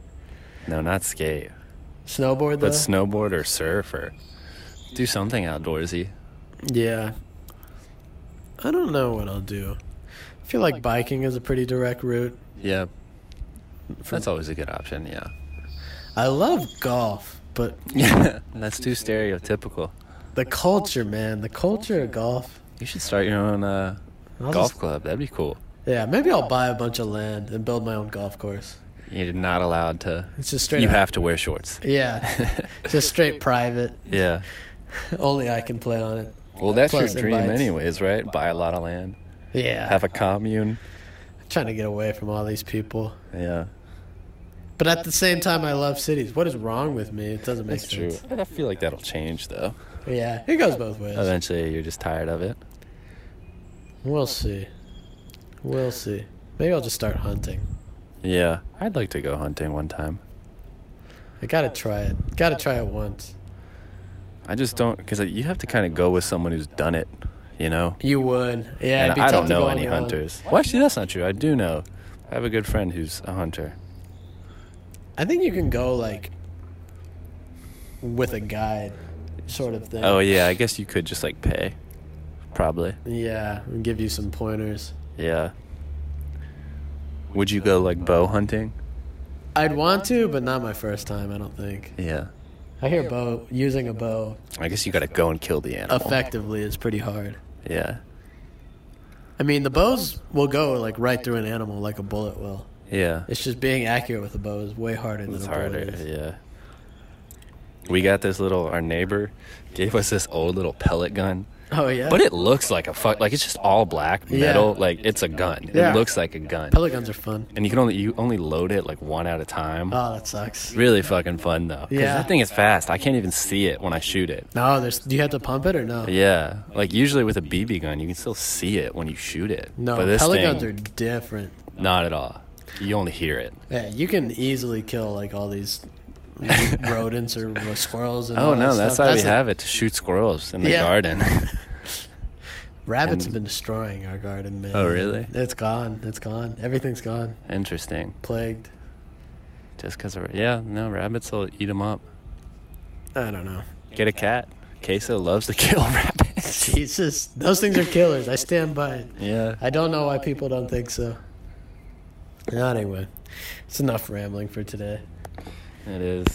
B: No, not skate,
C: snowboard though.
B: but snowboard or surf or do something outdoorsy.
C: yeah. I don't know what I'll do. I feel like biking is a pretty direct route.
B: Yeah. That's always a good option. Yeah.
C: I love golf, but
B: Yeah. That's too stereotypical.
C: the culture, man, the culture of golf.
B: You should start your own uh,
C: I'll
B: golf
C: just-
B: club. That'd be cool.
C: yeah, maybe I'll buy a bunch of land and build my own golf course.
B: You're not allowed to.
C: It's just straight.
B: You
C: up-
B: have to wear shorts.
C: Yeah, just straight private.
B: Yeah.
C: Only I can play on it.
B: Well, that's your
C: Plus
B: dream,
C: invites.
B: anyways, right? Buy a lot of land,
C: Yeah,
B: have a commune.
C: trying to get away from all these people.
B: Yeah.
C: But at the same time, I love cities. What is wrong with me? It doesn't make
B: That's true.
C: sense.
B: I feel like that'll change, though.
C: Yeah, it goes both ways.
B: Eventually, you're just tired of it.
C: We'll see. We'll see. Maybe I'll just start hunting.
B: Yeah, I'd like to go hunting one time.
C: I gotta try it. Gotta try it once.
B: I just don't because you have to kind of go with someone who's done it, you know.
C: You would.
B: and
C: Yeah. it'd be
B: I
C: tough
B: don't
C: to
B: know
C: go
B: any
C: alone.
B: hunters. Well, actually, that's not true. I do know. I have a good friend who's a hunter.
C: I think you can go like with a guide, sort of thing.
B: Oh yeah, I guess you could just like pay, probably.
C: Yeah, and give you some pointers.
B: Yeah. Would you go like bow hunting?
C: I'd want to, but not my first time. I don't think.
B: Yeah.
C: I hear bow using a bow
B: I guess you gotta go and kill the animal.
C: effectively is pretty hard.
B: Yeah.
C: I mean, the bows will go like right through an animal, like a bullet will.
B: Yeah.
C: It's just being accurate with a bow is way harder than
B: It's
C: a
B: harder.
C: bullet is.
B: Yeah. We got this little. Our neighbor gave us this old little pellet gun.
C: Oh yeah,
B: But it looks like a fuck. Like it's just all black
C: Yeah.
B: metal. Like it's a gun.
C: Yeah.
B: It looks like a gun.
C: pellet guns are fun.
B: And you can only you only load it like one at a time.
C: Oh, that sucks.
B: really fucking fun though. 'Cause
C: Yeah.
B: That thing is fast. I can't even see it when I shoot it.
C: No, there's. Do you have to pump it or no?
B: Yeah. Like usually with a BB gun, you can still see it when you shoot it.
C: No,
B: But this
C: pellet
B: thing,
C: guns are different.
B: not at all. You only hear it.
C: Yeah, you can easily kill like all these rodents or squirrels. And
B: Oh
C: all
B: no,
C: that
B: that's
C: stuff.
B: how we
C: the-
B: have it to shoot squirrels in the
C: Yeah.
B: garden.
C: Rabbits
B: And-
C: have been destroying our garden, man.
B: Oh, really?
C: It's gone. It's gone. Everything's gone.
B: Interesting.
C: Plagued.
B: Just because of yeah, no rabbits will eat them up.
C: I don't know.
B: Get a cat. Queso loves to kill rabbits.
C: Jesus, those things are killers. I stand by it.
B: yeah.
C: I don't know why people don't think so. Anyway, it's enough rambling for today.
B: It is.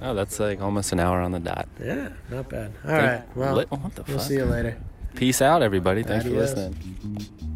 B: Oh, that's like almost an hour on the dot.
C: Yeah, not bad. All right. Well,
B: Li- what the
C: we'll
B: fuck?
C: see you later.
B: Peace out, everybody. Thanks for
C: Adios.
B: listening.